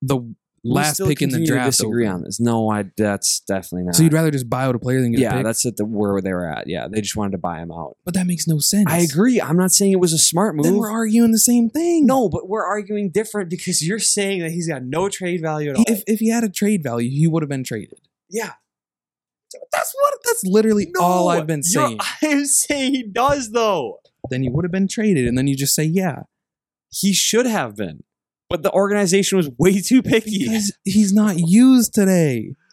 the
We
last
still
pick in the
continue to
draft.
Disagree
over.
on this? No, I. That's definitely not.
So you'd rather just buy out a player than get a
yeah,
pick?
that's at the where they were at. Yeah, they just wanted to buy him out.
but that makes no sense.
I agree. I'm not saying it was a smart move.
Then we're arguing the same thing.
No, but we're arguing different because you're saying that he's got no trade value at all.
He- if if he had a trade value, he would have been traded.
yeah,
That's what. That's literally all I've been
you're-
saying.
I'm saying he does though.
Then you would have been traded, and then you just say yeah
He should have been, but the organization was way too picky.
because he's not used today.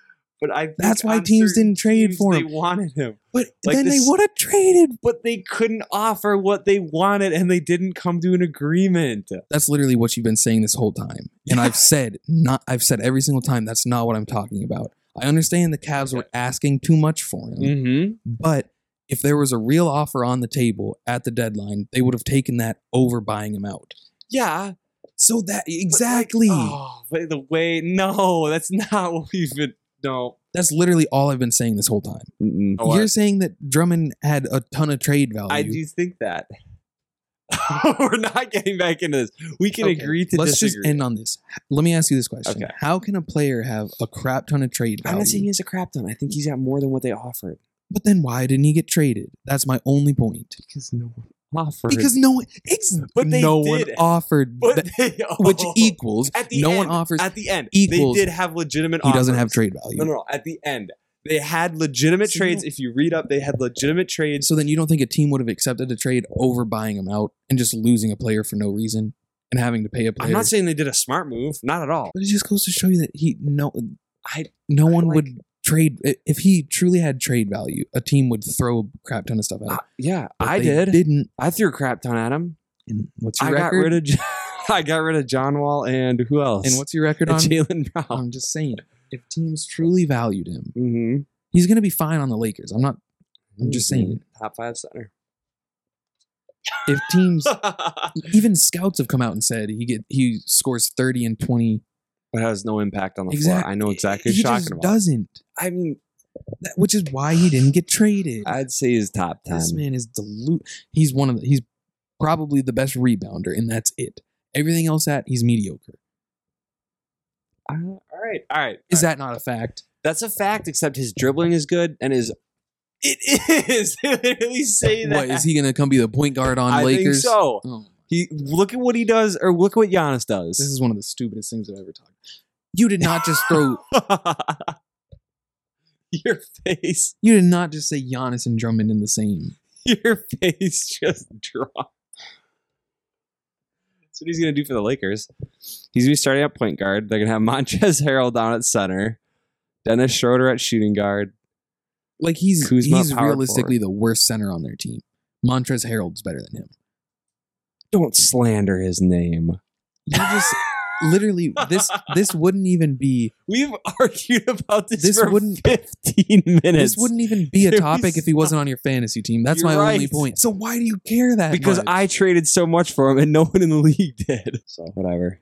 But I think
That's why
on
teams
certain
didn't trade
teams,
for
They
him.
wanted him,
But
Like
then
this-
they would have traded.
but they couldn't offer what they wanted, and they didn't come to an agreement.
That's literally what you've been saying this whole time. And I've said not I've said every single time that's not what I'm talking about. I understand the Cavs were asking too much for him,
Mm-hmm.
but if there was a real offer on the table at the deadline, they would have taken that over buying him out.
Yeah,
So that e,
but like-
exactly.
oh, but the way no, that's not what we've been. No,
That's literally all I've been saying this whole time.
Oh, I-
You're saying that Drummond had a ton of trade value.
I do think that. We're not getting back into this. We can
Okay,
agree to
Let's
disagree.
just end on this. Let me ask you this question:
Okay.
How can a player have a crap ton of trade
I'm
value?
not saying he's a crap ton. I think he's got more than what they offered
but then why didn't he get traded? That's my only point.
because no one offered.
Because no one, ex-
But they
no
did.
one offered,
but
that-
they,
which equals
at the
no
end,
one offers.
at the end
equals-
they did have legitimate.
he doesn't have
offers.
trade value.
No, no, no. At the end, they had legitimate
So you
trades. If you read up, they had legitimate trades.
So then you don't think a team would have accepted a trade over buying him out and just losing a player for no reason and having to pay a player?
I'm not saying they did a smart move, not at all.
but it just goes to show you that he no
I
no one
like-
would trade i- if he truly had trade value. A team would throw a crap ton of stuff at him.
I- Uh, yeah,
But
I
they
did.
Didn't.
I threw a crap ton at him.
And what's your
I got
record?
rid of. Jo- I got rid of John Wall and who else?
and what's your record
And
on?
Jalen Brown?
I'm just saying, if teams truly valued him,
Um, Mm-hmm.
he's going to be fine on the Lakers. I'm not. I'm just saying,
Mm-hmm. top five center. Mm-hmm.
if teams even scouts have come out and said he get he scores 30 and 20
but has no impact on the
Exact-
floor. I know exactly what
he
you're
just
talking about.
doesn't
I mean,
That- which is why he didn't get traded
I'd say he's top ten.
this man is dilute he's one of the, he's probably the best rebounder and that's it everything else at he's mediocre
Uh, all right, all right.
is
Is
that
that
not a fact
that's a fact? Except his dribbling is good and his. It is. They literally say that.
what is he going to come be the point guard on
I
Lakers
think so.
Oh,
He look at what he does, or look at what Giannis does.
this is one of the stupidest things I've ever talked you did not just throw
your face,
you did not just say Giannis and Drummond in the same
your face just dropped. That's what he's gonna do for the Lakers. He's gonna be starting at point guard. They're gonna have Montrez Harrell down at center, Dennis Schroeder at shooting guard.
like he's
Kuzma
he's
power
realistically the worst center on their team Montrez Harold's better than him
Don't slander his name.
you just literally this this wouldn't even be
We've argued about this,
This
for
wouldn't-
fifteen minutes
this wouldn't even be a
Can we
topic if he wasn't on your fantasy team. That's
You're
my only
right.
point. So why do you care that
because
much?
I traded so much for him and no one in the league did. So whatever.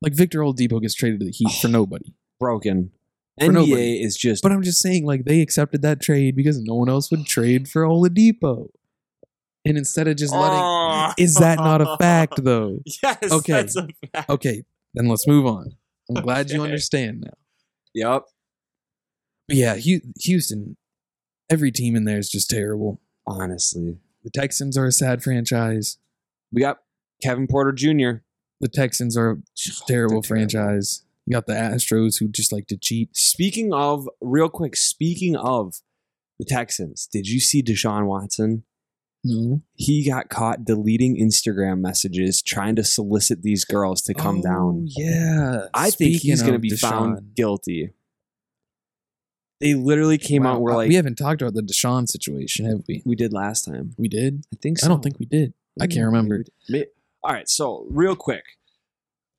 like Victor Oladipo gets traded to the Heat for nobody.
Broken.
For
NBA
nobody.
is just
But I'm just saying like they accepted that trade because no one else would trade for Oladipo. And instead of just letting
Oh.
Is that not a fact though?
Yes.
Okay.
That's a fact.
Okay, then let's move on. I'm glad you
Okay.
understand now.
Yep.
But yeah, Hu- Houston every team in there is just terrible.
Honestly,
The Texans are a sad franchise.
we got Kevin Porter Jr.
the Texans are a terrible
terrible.
franchise. You got the Astros who just like to cheat.
Speaking of, real quick, speaking of the Texans, did you see Deshaun Watson?
No,
He got caught deleting Instagram messages trying to solicit these girls to come
Oh,
down.
Yeah,
I think
Speaking
he's going to
of
be
Deshaun.
found guilty. They literally came
Wow,
out and were
uh,
like,
we haven't talked about the Deshaun situation, have we?
we did last time.
We did.
I think so. Mm-hmm.
I don't think we did. I can't remember.
May- All right, so real quick,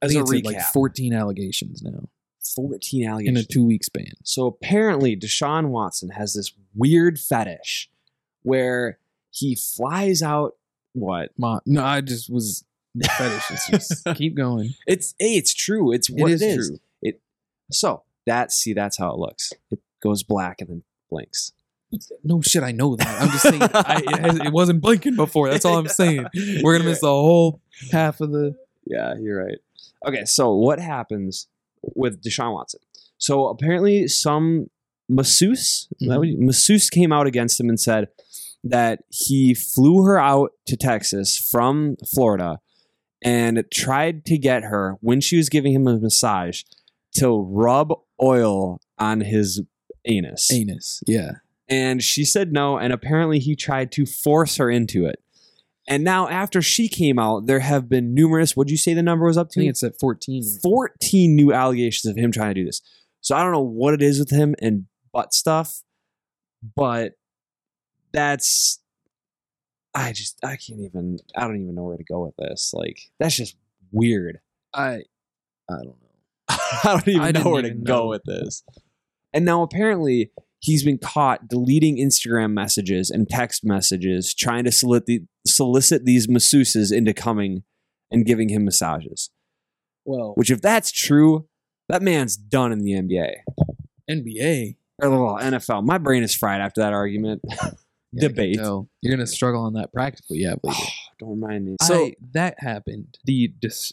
I
as
think
a
it's
recap,
at, like 14 allegations now
14
in a
allegations.
two week span.
So apparently, Deshaun Watson has this weird fetish where he flies out. What?
Ma, no, I just was the fetish. is just keep going.
It's hey, it's true. It's what it is.
true.
So that see, that's how it looks. It goes black and then blinks.
No shit, I know that. I'm just saying I, it, has, it wasn't blinking before. That's all I'm saying. We're gonna miss the whole half of the.
Yeah, you're right. Okay, so what happens with Deshaun Watson? So apparently, some masseuse is that what you- masseuse came out against him and said that he flew her out to Texas from Florida and tried to get her when she was giving him a massage to rub oil on his anus.
anus. Yeah.
And she said no, and apparently he tried to force her into it. And now, after she came out, there have been numerous. What'd you say the number was up
I
to?
think it's at 14.
14 new allegations of him trying to do this. So I don't know what it is with him and butt stuff, but that's I just I can't even I don't even know where to go with this. Like that's just weird.
I I don't know.
I don't even
I
know
didn't
where to
even
go
know.
with this. And now apparently he's been caught deleting Instagram messages and text messages trying to solicit, solicit these masseuses into coming and giving him massages.
Well,
Which, if that's true, that man's done in the NBA
NBA
or the little NFL. My brain is fried after that argument.
Yeah, I can
Debate.
tell. You're gonna struggle on that practically. Yeah. Later.
Don't remind me.
So
So
that happened. The dis-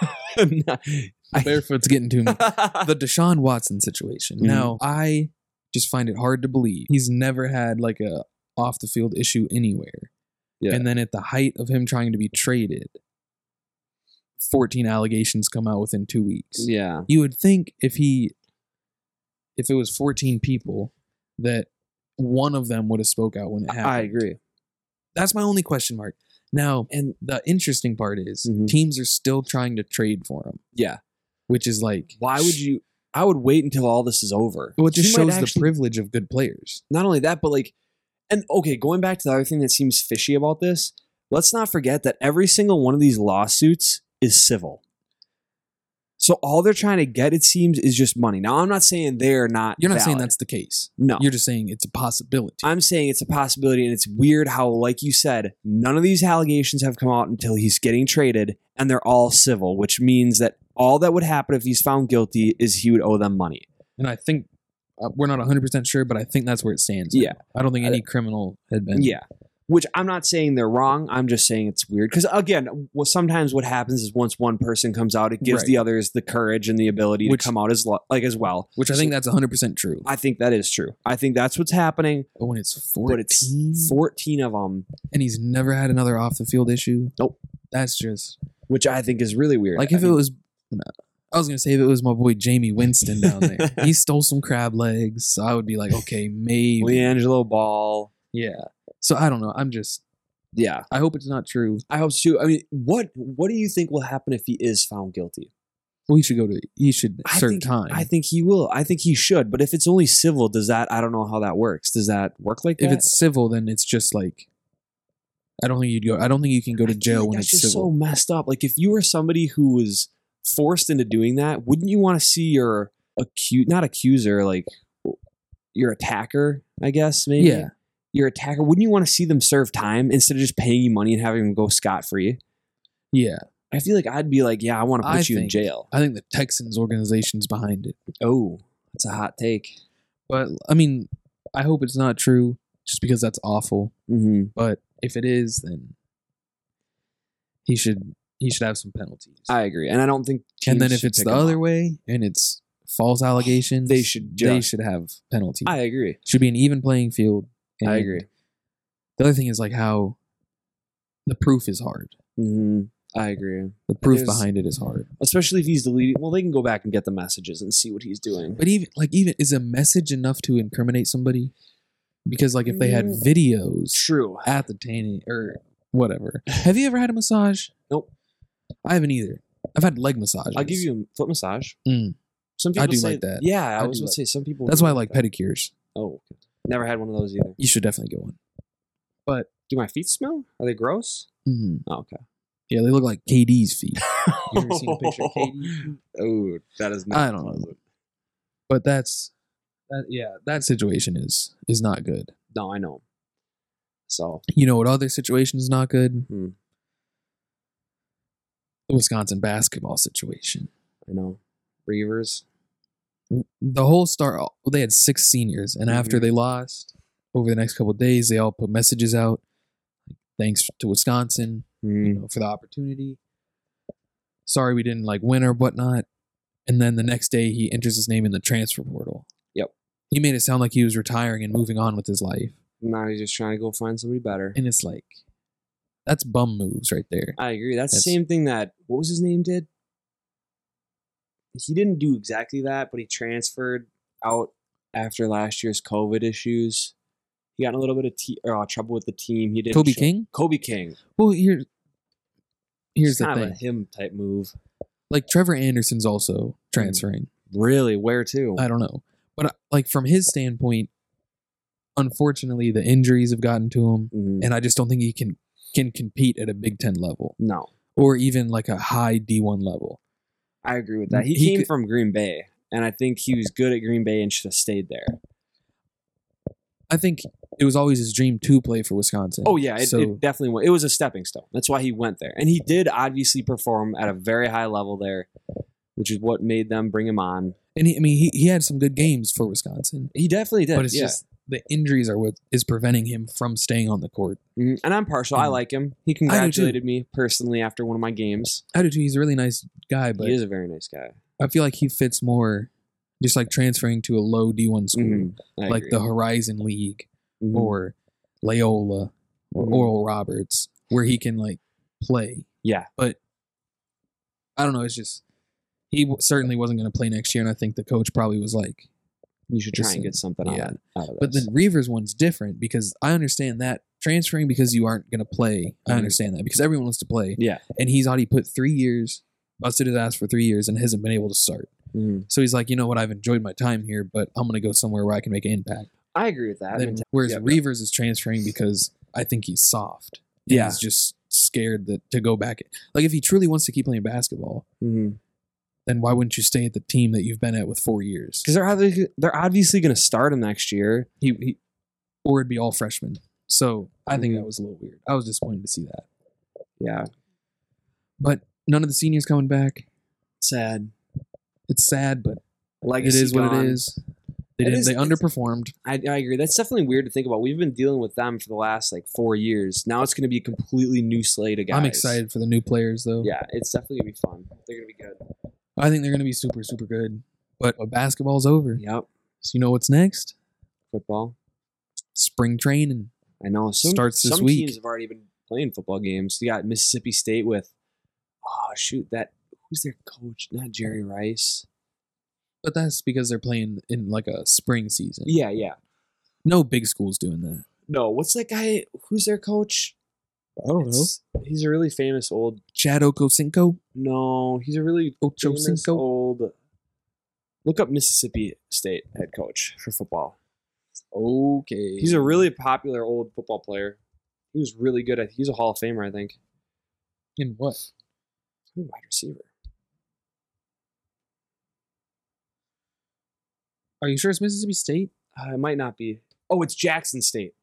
I-
barefoot's getting to me. the Deshaun Watson situation.
Mhm.
Now, I just find it hard to believe he's never had like a off the field issue anywhere.
Yeah.
And then at the height of him trying to be traded, 14 allegations come out within 2 weeks.
yeah,
You would think if he if it was 14 people that one of them would have spoke out when it happened.
I agree.
That's my only question mark. Now, and the interesting part is
Mhm.
teams are still trying to trade for him,
Yeah.
which is like
Why would you? I would wait until all this is over.
Well, it just
He might
shows the
actually-
privilege of good players.
not only that, but like, and okay, going back to the other thing that seems fishy about this, let's not forget that every single one of these lawsuits is civil. So all they're trying to get, it seems, is just money. Now I'm not saying they're not.
You're not saying
valid.
that's the case.
no.
You're just saying it's a possibility.
I'm saying it's a possibility, and it's weird how, like you said, none of these allegations have come out until he's getting traded, and they're all civil, which means that all that would happen if he's found guilty is he would owe them money.
and I think uh, we're not 100% sure, but I think that's where it stands.
Yeah.
I don't think any criminal had been.
Yeah. Which I'm not saying they're wrong. I'm just saying it's weird. Because again, well, sometimes what happens is once one person comes out, it gives
Right.
the others the courage and the ability
Which-
to come out as lo- like as well.
Which I think that's 100% true.
I think that is true. I think that's what's happening.
But when it's 14
But it's 14 of them,
and he's never had another off the field issue.
Nope.
That's just
which I think is really weird.
like
I
if it
mean,
was. no. I was going to say if it was my boy Jamie Winston down there, he stole some crab legs. So I would be like, okay, maybe.
LiAngelo Ball.
yeah. So I don't know. I'm just.
Yeah,
I hope it's not true.
I hope so. too. I mean, what what do you think will happen if he is found guilty?
Well, he should go to. He should
I
serve
think-
time.
I think he will. I think he should. But if it's only civil, does that? I don't know how that works. Does that work like
if
that?
it's civil, then it's just like I don't think you'd go. I don't think you can go to
I feel
jail
like
when
that's
it's
just so
civil.
messed up. Like if you were somebody who was forced into doing that, wouldn't you want to see your acute, not accuser, like your attacker? I guess maybe.
Yeah.
Your attacker. Wouldn't you want to see them serve time instead of just paying you money and having them go scot free?
yeah,
I feel like I'd be like, yeah, I want to put
I
you in
think-
jail.
I think the Texans organization's behind it.
Oh, that's a hot take.
But I mean, I hope it's not true, just because that's awful.
Mm-hmm.
But if it is, then he should he should have some penalties.
I agree, and I don't think.
and then
teams
if
should
it's
pick
the
them
other
up.
way and it's false allegations,
They should
they
just-
should have penalties.
I agree.
should be an even playing field.
I
and
agree.
The other thing is like how the proof is hard.
Mm-hmm. I agree.
The proof
There's-
behind it is hard.
Especially if he's deleting. Well, they can go back and get the messages and see what he's doing.
But even like even is a message enough to incriminate somebody? Because like if they had
Mm.
videos
True.
at the tanning or whatever. Have you ever had a massage?
Nope.
I haven't either. I've had leg massages.
I'll give you a foot massage.
Mm.
Some people
I do
say-
like that.
Yeah, I,
I
was
do
gonna
like-
say some people.
That's
do
why I like pedicures.
that. Oh, okay. never had one of those either.
You should definitely get one.
Do my feet smell? Are they gross?
Mhm.
Oh, okay.
Yeah, they look like KD's feet.
You ever seen a picture of Katie? Oh, that is not.
I don't know.
pleasant.
But that's that yeah, that situation is is not good.
No, I know. So
You know what other situation is not good?
Hmm.
The Wisconsin basketball situation.
I know. Reavers.
The whole star they had six seniors, and after
Mhm.
they lost, over the next couple of days, they all put messages out. Thanks to Wisconsin, you
Mm,
know, for the opportunity. Sorry we didn't like win or whatnot. And then the next day he enters his name in the transfer portal.
Yep.
He made it sound like he was retiring and moving on with his life.
Now he's just trying to go find somebody better.
And it's like that's bum moves right there.
I agree. That's the
That's-
same thing that what was his name did. He didn't do exactly that, but he transferred out after last year's COVID issues. He got in a little bit of te- or, uh, trouble with the team. He didn't
Kobe
show-
King?
Kobe King.
Well here here's
It's
the
kind
thing.
of a him type move.
Like Trevor Anderson's also transferring.
Really, where to?
I don't know. But uh, like from his standpoint, unfortunately the injuries have gotten to him
Mhm.
and I just don't think he can can compete at a Big 10 level.
No,
or even like a high D1 level.
I agree with that. He,
He
came
could-
from Green Bay, and I think he was good at Green Bay and should have stayed there.
I think it was always his dream to play for Wisconsin.
Oh yeah, it,
so
it definitely was. It was a stepping stone. That's why he went there, and he did obviously perform at a very high level there, which is what made them bring him on.
and he, I mean he, he had some good games for Wisconsin,
He definitely did.
but it's
yeah.
just the injuries are what is preventing him from staying on the court.
Mhm. and I'm partial. I
Mhm.
like him. He congratulated me personally after one of my games.
I do too. He's a really nice guy, but
he is a very nice guy.
I feel like he fits more just like transferring to a low D1 school,
Mhm. I
like
agree.
the Horizon League
Mhm.
or Loyola or
Mhm.
Oral Roberts, where he can like play.
yeah,
I don't know. It's just he w- certainly wasn't going to play next year, and I think the coach probably was like,
you should try and
Listen,
get something out,
yeah.
of- out of
But
this.
then Reavers one's different because I understand that transferring because you aren't going to play. I
Mhm.
understand that because everyone wants to play,
yeah,
and he's already put three years, busted his ass for three years, and hasn't been able to start.
Mhm.
So he's like, you know what? I've enjoyed my time here, but I'm going to go somewhere where I can make an impact.
I agree with that. Mm-hmm.
Then-
menta-
whereas
yeah,
Reavers is transferring because I think he's soft. And
Yeah.
he's just scared that to go back. Like if he truly wants to keep playing basketball,
Mhm.
then why wouldn't you stay at the team that you've been at with four years?
because they're obviously, they're obviously going to start him next year.
he, he or it'd be all freshmen. So I think
Mhm.
that was a little weird. I was disappointed to see that.
Yeah,
But none of the seniors coming back.
sad.
It's sad, but
Legacy
it is what
gone.
it is. They
It
did,
is-
they
it's-
underperformed.
I, I agree. That's definitely weird to think about. We've been dealing with them for the last like four years. Now it's going to be a completely new slate of guys.
I'm excited for the new players though.
Yeah, it's definitely going to be fun. They're going to be good.
I think they're gonna be super, super good. But basketball's over.
Yep.
So you know what's next?
Football.
Spring training.
I know. Some,
Starts this
some
week.
teams have already been playing football games. You got Mississippi State with, oh, shoot, that, who's their coach? Not Jerry Rice.
But that's because they're playing in like a spring season.
Yeah, yeah.
No big school's doing that.
No, what's that guy? Who's their coach?
I don't
It's- He's a really famous old,
Chad Okosinko?
no, he's a really famous
Ochocinco?
old. Look up Mississippi State head coach for football.
Okay.
He's a really popular old football player. He was really good at. He's a Hall of Famer, I think.
in what?
He's a wide receiver.
Are you sure it's Mississippi State?
Uh, it might not be. Oh, it's Jackson State.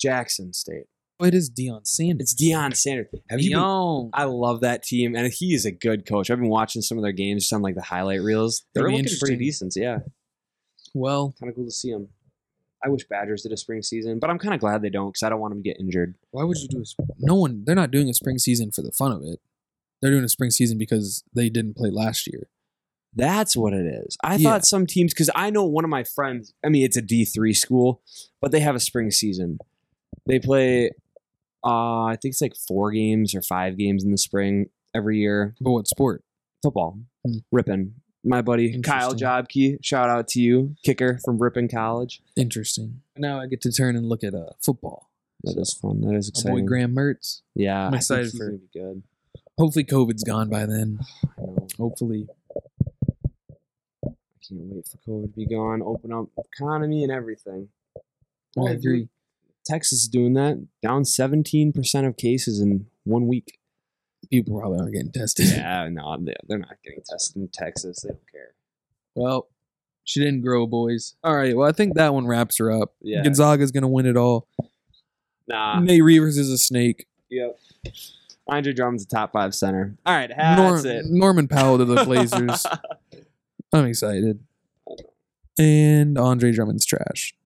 Jackson State.
Oh, it is Deion Sanders.
It's Deion Sanders. Have you? Been,
Deion.
I love that team, and he is a good coach. I've been watching some of their games, just on like the highlight reels.
It'll
They're
be
looking pretty
interesting.
decent. Yeah,
Well,
kind of cool to see them. I wish Badgers did a spring season, but I'm kind of glad they don't because I don't want them to get injured.
Why would you do a sp- no one? They're not doing a spring season for the fun of it. They're doing a spring season because they didn't play last year.
That's what it is. I
Yeah.
thought some teams because I know one of my friends. I mean, it's a D three school, but they have a spring season. They play Uh, I think it's like four games or five games in the spring every year.
But what sport?
Football,
Hmm.
ripping. My buddy Kyle
Interesting.
Jobkey, shout out to you, kicker from Ripon College.
Interesting. Now I get to turn and look at uh, football.
That is
So,
fun. That is
Our boy
exciting.
Graham Mertz. I'm
yeah, I think
excited
he's
for-
gonna be good.
Hopefully, COVID's gone by then.
I know.
Hopefully,
I can't wait for COVID to be gone. Open up economy and everything.
I agree.
Texas is doing that. Down seventeen percent of cases in one week.
People probably aren't getting tested.
yeah, no, they- they're not getting tested in Texas. They don't care.
Well, she didn't grow, boys. All right. Well, I think that one wraps her up.
Yeah. Ah.
Gonzaga's gonna win it all.
Nah.
Nate Reavers is a snake.
Yep. Andre Drummond's a top five center. All right, that's
Norm-
it.
Norman Powell to the Blazers. I'm excited. And Andre Drummond's trash.